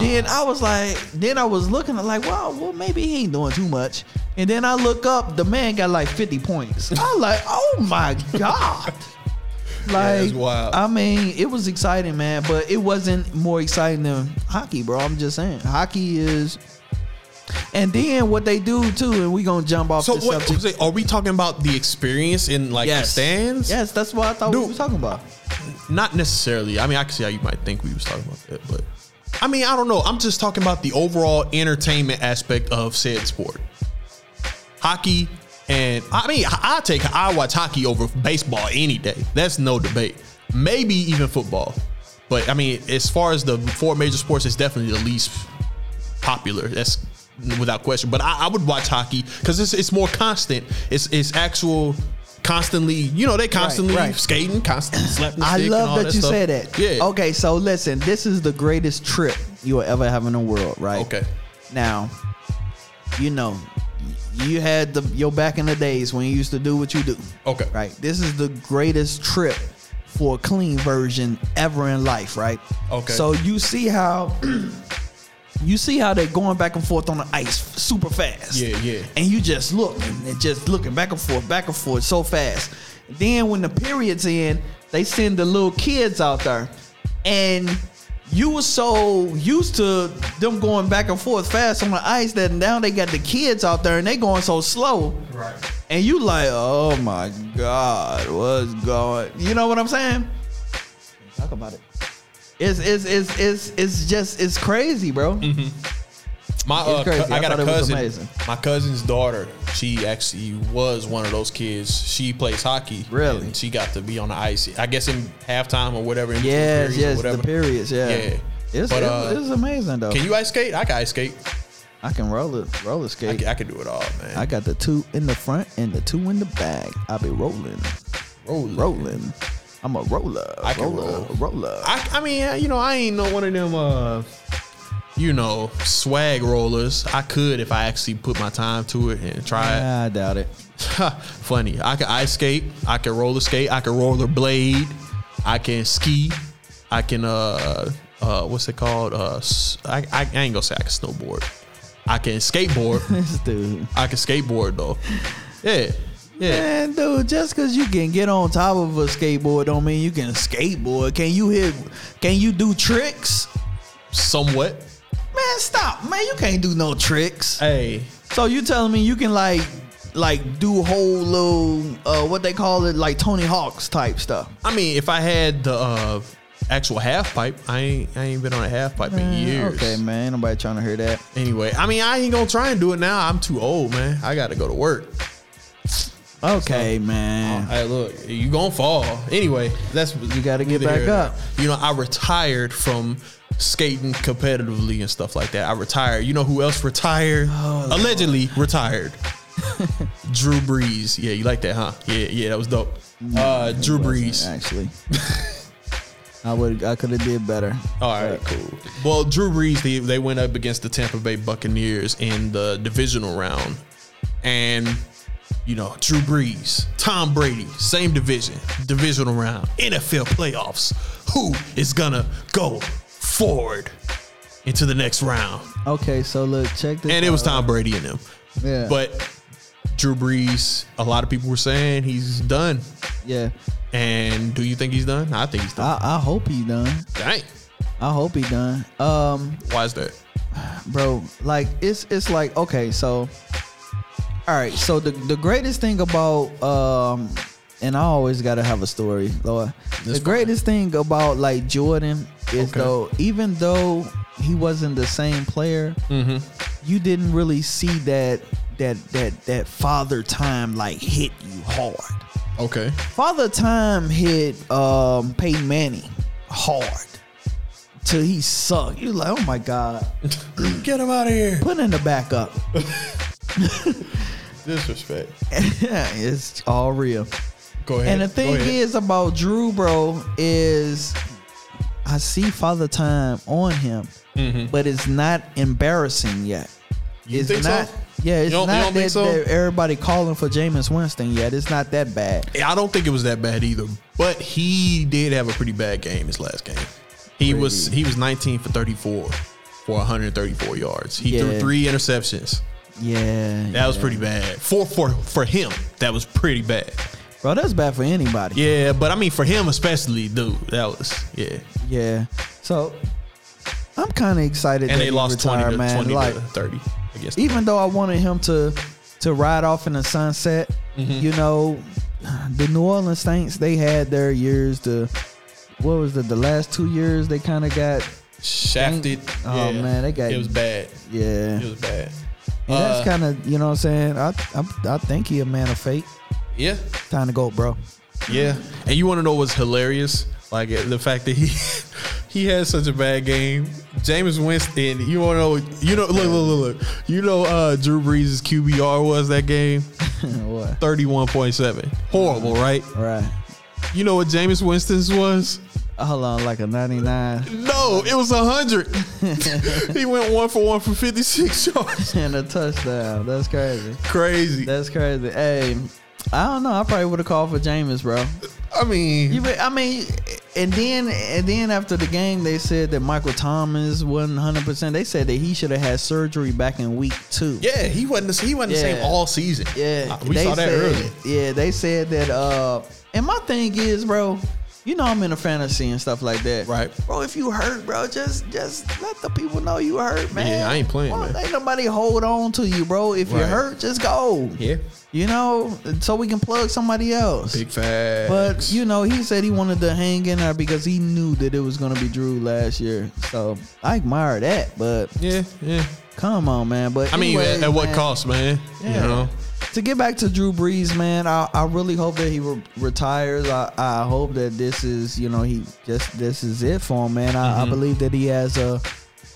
Speaker 1: Then I was like, then I was looking at like, wow, well maybe he ain't doing too much. And then I look up, the man got like 50 points. (laughs) I'm like, oh my
Speaker 2: (laughs)
Speaker 1: god. Like,
Speaker 2: that's wild.
Speaker 1: I mean, it was exciting, man, but it wasn't more exciting than hockey, bro. I'm just saying, hockey is. And then what they do too, and we gonna jump off
Speaker 2: So
Speaker 1: this
Speaker 2: what?
Speaker 1: subject.
Speaker 2: Are we talking about the experience in like the stands?
Speaker 1: Yes, that's what I thought we
Speaker 2: Dude.
Speaker 1: were talking about.
Speaker 2: Not necessarily. I mean, I can see how you might think we was talking about that, but I mean, I don't know. I'm just talking about the overall entertainment aspect of said sport. Hockey and I mean, I I take I watch hockey over baseball any day. That's no debate. Maybe even football. But I mean, as far as the four major sports, it's definitely the least popular. That's without question. But I, I would watch hockey because it's it's more constant. It's it's actual constantly. You know, they constantly
Speaker 1: right.
Speaker 2: skating, constantly slapping. the
Speaker 1: I
Speaker 2: stick and all
Speaker 1: love that, you
Speaker 2: stuff.
Speaker 1: said that.
Speaker 2: Yeah.
Speaker 1: Okay, so listen, this is the greatest trip you will ever have in the world, right?
Speaker 2: Okay.
Speaker 1: Now, you know, you had the your back in the days when you used to do what you do.
Speaker 2: Okay.
Speaker 1: Right. This is the greatest trip for a clean version ever in life, right?
Speaker 2: Okay.
Speaker 1: So you see how you see how they're going back and forth on the ice super fast.
Speaker 2: Yeah, yeah.
Speaker 1: And you just look and they're just looking back and forth, back and forth so fast. Then when the period's in, they send the little kids out there. And you were so used to them going back and forth fast on the ice that now they got the kids out there and they going so slow. Right. And you like, oh my God, what's going? You know what I'm saying? Talk
Speaker 2: Mm-hmm.
Speaker 1: about it. It's it's it's it's it's just it's crazy, bro.
Speaker 2: My
Speaker 1: It's
Speaker 2: uh,
Speaker 1: crazy.
Speaker 2: cou- I
Speaker 1: I
Speaker 2: got
Speaker 1: thought
Speaker 2: a
Speaker 1: it was
Speaker 2: cousin.
Speaker 1: amazing.
Speaker 2: My cousin's daughter. She actually was one of those kids. She plays hockey.
Speaker 1: Really?
Speaker 2: and she got to be on the ice. I guess in halftime or whatever. in between
Speaker 1: Yes,
Speaker 2: periods or
Speaker 1: yes,
Speaker 2: whatever.
Speaker 1: the periods, yeah.
Speaker 2: Yeah.
Speaker 1: It's,
Speaker 2: But,
Speaker 1: it's,
Speaker 2: uh,
Speaker 1: it's amazing though.
Speaker 2: Can you ice skate? I can ice skate.
Speaker 1: I can roller roller
Speaker 2: I
Speaker 1: skate.
Speaker 2: can, I can do it all, man.
Speaker 1: I got the two in the front and the two in the back. I be rolling,
Speaker 2: Rolling.
Speaker 1: rolling. I'm a roller,
Speaker 2: I can
Speaker 1: roller,
Speaker 2: roll.
Speaker 1: roller.
Speaker 2: I, I mean, you know, I ain't no one of them, uh, you know, swag rollers. I could if I actually put my time to it and try it.
Speaker 1: I doubt it. (laughs)
Speaker 2: Funny. I can ice skate. I can roller skate. I can roller blade. I can ski. I can uh uh what's it called? Uh s- I, I- I ain't gonna say I can snowboard. I can
Speaker 1: (laughs)
Speaker 2: skateboard.
Speaker 1: This dude.
Speaker 2: I can skateboard though. Yeah. Yeah.
Speaker 1: Man, dude, just cause you can get on top of a skateboard don't mean you can skateboard. Can you hit can you do tricks?
Speaker 2: Somewhat.
Speaker 1: Man, stop. Man, you can't do no tricks.
Speaker 2: Hey.
Speaker 1: So you telling me you can like like do whole little uh what they call it like Tony Hawk's type stuff.
Speaker 2: I mean, if I had the uh, actual half pipe, I ain't I ain't been on a half pipe in years.
Speaker 1: Okay, man, ain't nobody trying to hear that.
Speaker 2: Anyway, I mean, I ain't gonna try and do it now. I'm too old, man. I gotta go to work.
Speaker 1: Okay, man.
Speaker 2: Hey, look, you gonna fall. Anyway, that's you
Speaker 1: gotta get back up.
Speaker 2: You know, I retired from skating competitively and stuff like that. I retired. You know who else retired?
Speaker 1: Oh,
Speaker 2: Allegedly retired. (laughs) Drew Brees. Yeah, you like that, huh? Yeah, yeah, that was dope. Uh, Drew Brees.
Speaker 1: Actually.
Speaker 2: (laughs)
Speaker 1: I would I could have did better.
Speaker 2: All right, cool. Well, Drew Brees, they, they went up against the Tampa Bay Buccaneers in the divisional round. And, you know, Drew Brees, Tom Brady, same division, divisional round, NFL playoffs. Who is going to go forward into the next round?
Speaker 1: Okay, so look, check this
Speaker 2: Oh. And it was
Speaker 1: out.
Speaker 2: Tom Brady in them.
Speaker 1: Yeah.
Speaker 2: But Drew Brees, a lot of people were saying he's done.
Speaker 1: Yeah.
Speaker 2: And do you think he's done? I think he's done.
Speaker 1: I, I hope he done.
Speaker 2: Dang.
Speaker 1: I hope he done. Um
Speaker 2: Why is that?
Speaker 1: bro like it's it's like okay so all right so the, the greatest thing about um and i always gotta have a story lord the greatest thing about like jordan is
Speaker 2: Okay.
Speaker 1: though even though he wasn't the same player you didn't really see that that that that father time like hit you hard
Speaker 2: Okay.
Speaker 1: Father Time hit um, Peyton Manning hard till he sucked. You like, oh my god,
Speaker 2: Get him out of here.
Speaker 1: put in the backup.
Speaker 2: Disrespect.
Speaker 1: (laughs) it's all real.
Speaker 2: Go ahead.
Speaker 1: And the
Speaker 2: Go
Speaker 1: thing
Speaker 2: ahead.
Speaker 1: is about Drew, bro, is I see Father Time on him, but it's not embarrassing yet.
Speaker 2: Mm-hmm. You
Speaker 1: it's
Speaker 2: think so?
Speaker 1: not. Yeah,
Speaker 2: You
Speaker 1: it's
Speaker 2: don't- you
Speaker 1: not
Speaker 2: don't think
Speaker 1: that,
Speaker 2: so?
Speaker 1: that everybody calling for Jameis Winston yet. It's not that bad.
Speaker 2: Yeah, I don't think it was that bad either, but he did have a pretty bad game his last game. He was he was 19 for 34 for 134 yards. He threw
Speaker 1: Yeah.
Speaker 2: three interceptions.
Speaker 1: Yeah,
Speaker 2: That was pretty bad. Four for for him. That was pretty bad.
Speaker 1: bro. That's bad for anybody.
Speaker 2: Yeah, but I mean for him especially, dude. That was yeah.
Speaker 1: Yeah. So I'm kind of excited
Speaker 2: And
Speaker 1: that
Speaker 2: they
Speaker 1: he
Speaker 2: lost 20
Speaker 1: retired,
Speaker 2: to
Speaker 1: man.
Speaker 2: 20
Speaker 1: like
Speaker 2: to 30 against.
Speaker 1: even though I wanted him to to ride off in the sunset, you know, the New Orleans Saints they had their years to what was the the last two years they kind of got
Speaker 2: shafted.
Speaker 1: Oh,
Speaker 2: Yeah.
Speaker 1: man, they got-
Speaker 2: It was bad.
Speaker 1: yeah.
Speaker 2: It was bad.
Speaker 1: and
Speaker 2: Uh,
Speaker 1: that's kind of you know what I'm saying. I, I I think he a man of fate.
Speaker 2: yeah.
Speaker 1: Time to go, bro. (laughs)
Speaker 2: Yeah, and you want to know what's hilarious? Like uh, the fact that he (laughs) he had such a bad game. James Winston, you want to know? You know, look, look, look, look. You know, uh, Drew Brees' QBR was that game
Speaker 1: what?
Speaker 2: thirty-one point seven. Horrible, right?
Speaker 1: Right.
Speaker 2: You know what James Winston's was?
Speaker 1: Hold on, like a 99
Speaker 2: No, it
Speaker 1: (laughs)
Speaker 2: was hundred. he went one for one for fifty-six (laughs) yards.
Speaker 1: and a touchdown. That's crazy.
Speaker 2: Crazy.
Speaker 1: That's crazy. Hey, I don't know. I probably would have called for Jameis, bro.
Speaker 2: I
Speaker 1: You,
Speaker 2: mean,
Speaker 1: be- I mean, and then and then after the game, they said that Michael Thomas wasn't hundred percent. They said that he should have had surgery back in week two.
Speaker 2: yeah, he wasn't. He wasn't the
Speaker 1: Yeah.
Speaker 2: same all season.
Speaker 1: yeah.
Speaker 2: Uh, we saw that
Speaker 1: said,
Speaker 2: earlier.
Speaker 1: Yeah, they said that. Uh, and my thing is, bro. You know I'm in a fantasy and stuff like that,
Speaker 2: Right.
Speaker 1: bro? If you hurt, bro, just just let the people know you hurt, man.
Speaker 2: Yeah, I ain't playing,
Speaker 1: Well,
Speaker 2: man.
Speaker 1: Ain't nobody hold on to you, bro. If
Speaker 2: Right.
Speaker 1: you hurt, just go.
Speaker 2: Yeah,
Speaker 1: You know, so we can plug somebody else.
Speaker 2: big facts.
Speaker 1: But you know, he said he wanted to hang in there because he knew that it was gonna be Drew last year. So I admire that, but
Speaker 2: yeah, yeah.
Speaker 1: Come on, man. But
Speaker 2: I mean, at-
Speaker 1: anyways,
Speaker 2: at, what
Speaker 1: man,
Speaker 2: cost, man? You
Speaker 1: Yeah.
Speaker 2: know?
Speaker 1: To get back to Drew Brees, man, I, I really hope that he re- retires. I, I hope that this is, you know, he just this is it for him, man.
Speaker 2: Mm-hmm.
Speaker 1: I, I believe that he has a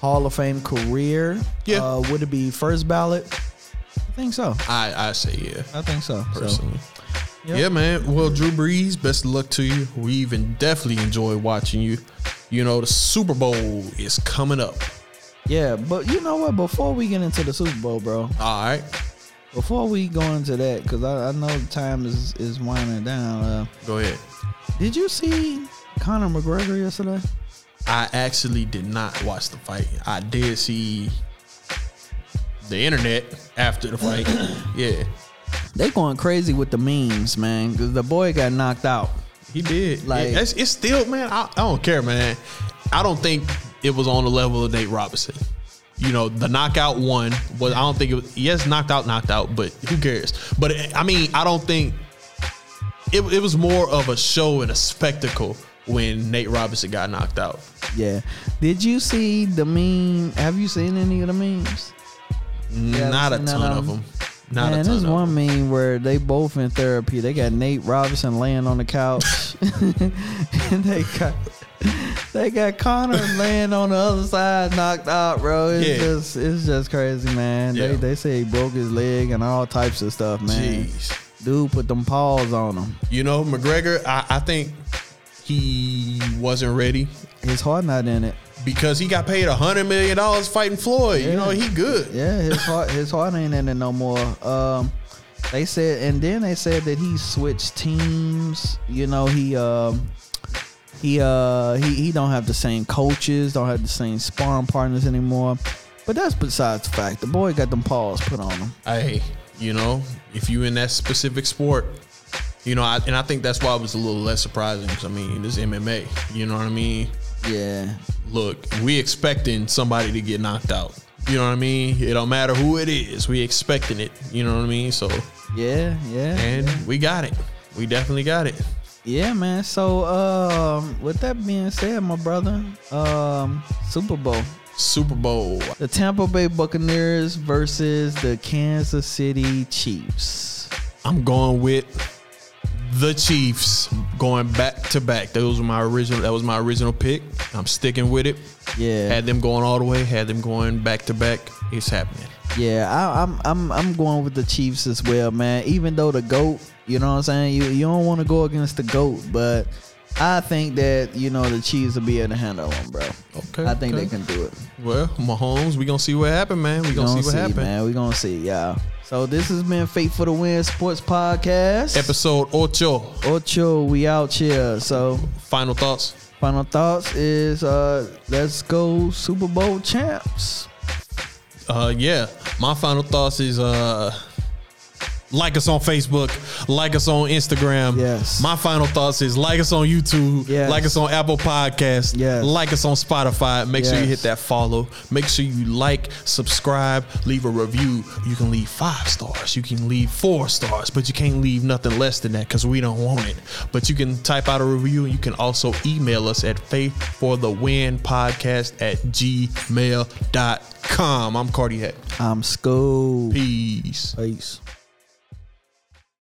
Speaker 1: Hall of Fame career.
Speaker 2: Yeah.
Speaker 1: Uh, would it be first ballot? I think so.
Speaker 2: I I say yeah.
Speaker 1: I think so. So,
Speaker 2: Personally.
Speaker 1: Yep.
Speaker 2: Yeah, man. Well, Drew Brees, best of luck to you. We even definitely enjoy watching you. You know, the Super Bowl is coming up.
Speaker 1: yeah, but you know what? Before we get into the Super Bowl, bro,
Speaker 2: All right.
Speaker 1: before we go into that, because I, I know the time is is winding down. Uh,
Speaker 2: Go ahead.
Speaker 1: did you see Conor McGregor yesterday?
Speaker 2: I actually did not watch the fight. I did see the internet after
Speaker 1: (clears throat)
Speaker 2: the fight. yeah.
Speaker 1: They going crazy with the memes, man. Because the boy got knocked out.
Speaker 2: He did.
Speaker 1: Like-
Speaker 2: Like it's, it's still, man. I, I don't care, man. I don't think it was on the level of Nate Robinson. You know, the knockout one was. I don't think it was. Yes, knocked out, knocked out. But who cares? But eh, I mean, I don't think it. It was more of a show and a spectacle when Nate Robinson got knocked out.
Speaker 1: Yeah. Did you see the meme? Have you seen any of the memes? Yeah,
Speaker 2: Not a
Speaker 1: I've seen
Speaker 2: ton
Speaker 1: that,
Speaker 2: of
Speaker 1: um,
Speaker 2: them. Not
Speaker 1: man,
Speaker 2: a ton.
Speaker 1: there's
Speaker 2: of
Speaker 1: one
Speaker 2: 'em.
Speaker 1: meme where they both in therapy. They got Nate Robinson laying on the
Speaker 2: (laughs)
Speaker 1: couch, (laughs) and they got they got Connor laying on the other side, knocked out, bro. It's
Speaker 2: Yeah.
Speaker 1: just it's just crazy, man. They
Speaker 2: Yeah.
Speaker 1: they say he broke his leg and all types of stuff, man.
Speaker 2: Jeez.
Speaker 1: Dude put them paws on him.
Speaker 2: You know, McGregor. I, I think he wasn't ready
Speaker 1: His heart not in it.
Speaker 2: because he got paid a hundred million dollars fighting Floyd. You know, he good.
Speaker 1: Yeah, his heart his heart ain't in it no more. Um they said and then they said that he switched teams. You know, he um he uh he, he don't have the same coaches, don't have the same sparring partners anymore. But that's besides the fact. The boy got them paws put on him.
Speaker 2: hey, you know, if you in that specific sport, you know, I, and I think that's why it was a little less surprising. Because I mean, this MMA, you know what I mean.
Speaker 1: Yeah.
Speaker 2: Look, we expecting somebody to get knocked out. You know what I mean. It don't matter who it is. We expecting it. You know what I mean. So,
Speaker 1: Yeah, yeah.
Speaker 2: and we got it. We definitely got it.
Speaker 1: Yeah, man. So um with that being said, my brother, um Super Bowl.
Speaker 2: Super Bowl.
Speaker 1: The Tampa Bay Buccaneers versus the Kansas City Chiefs.
Speaker 2: I'm going with the Chiefs going back to back. Those were my original. That was my original pick. I'm sticking with it.
Speaker 1: Yeah.
Speaker 2: Had them going all the way. Had them going back to back. It's happening.
Speaker 1: Yeah, I, I'm I'm I'm going with the Chiefs as well, man. Even though the goat, you know what I'm saying, you you don't want to go against the goat, but I think that you know the Chiefs will be able to handle them, bro.
Speaker 2: Okay,
Speaker 1: I think they
Speaker 2: okay.
Speaker 1: can do it.
Speaker 2: Well, Mahomes, we gonna see what happened, man. We gonna see what happened.
Speaker 1: man. We gonna see, y'all. So this has been Fate for the Win Sports Podcast.
Speaker 2: Episode ocho.
Speaker 1: ocho. We out here. So
Speaker 2: Final thoughts.
Speaker 1: final thoughts is uh let's go Super Bowl champs.
Speaker 2: Uh, yeah. My final thoughts is uh. Like us on Facebook, like us on Instagram.
Speaker 1: Yes.
Speaker 2: My final thoughts is like us on YouTube,
Speaker 1: Yes.
Speaker 2: like us on Apple Podcasts,
Speaker 1: Yes.
Speaker 2: like us on Spotify. Make sure you
Speaker 1: Yes.
Speaker 2: hit that follow. Make sure you like, subscribe, leave a review. You can leave five stars, you can leave four stars, but you can't leave nothing less than that because we don't want it. But you can type out a review and you can also email us at faith for the win podcast at gmail.com. I'm Cardi Heck.
Speaker 1: I'm school.
Speaker 2: Peace.
Speaker 1: Peace.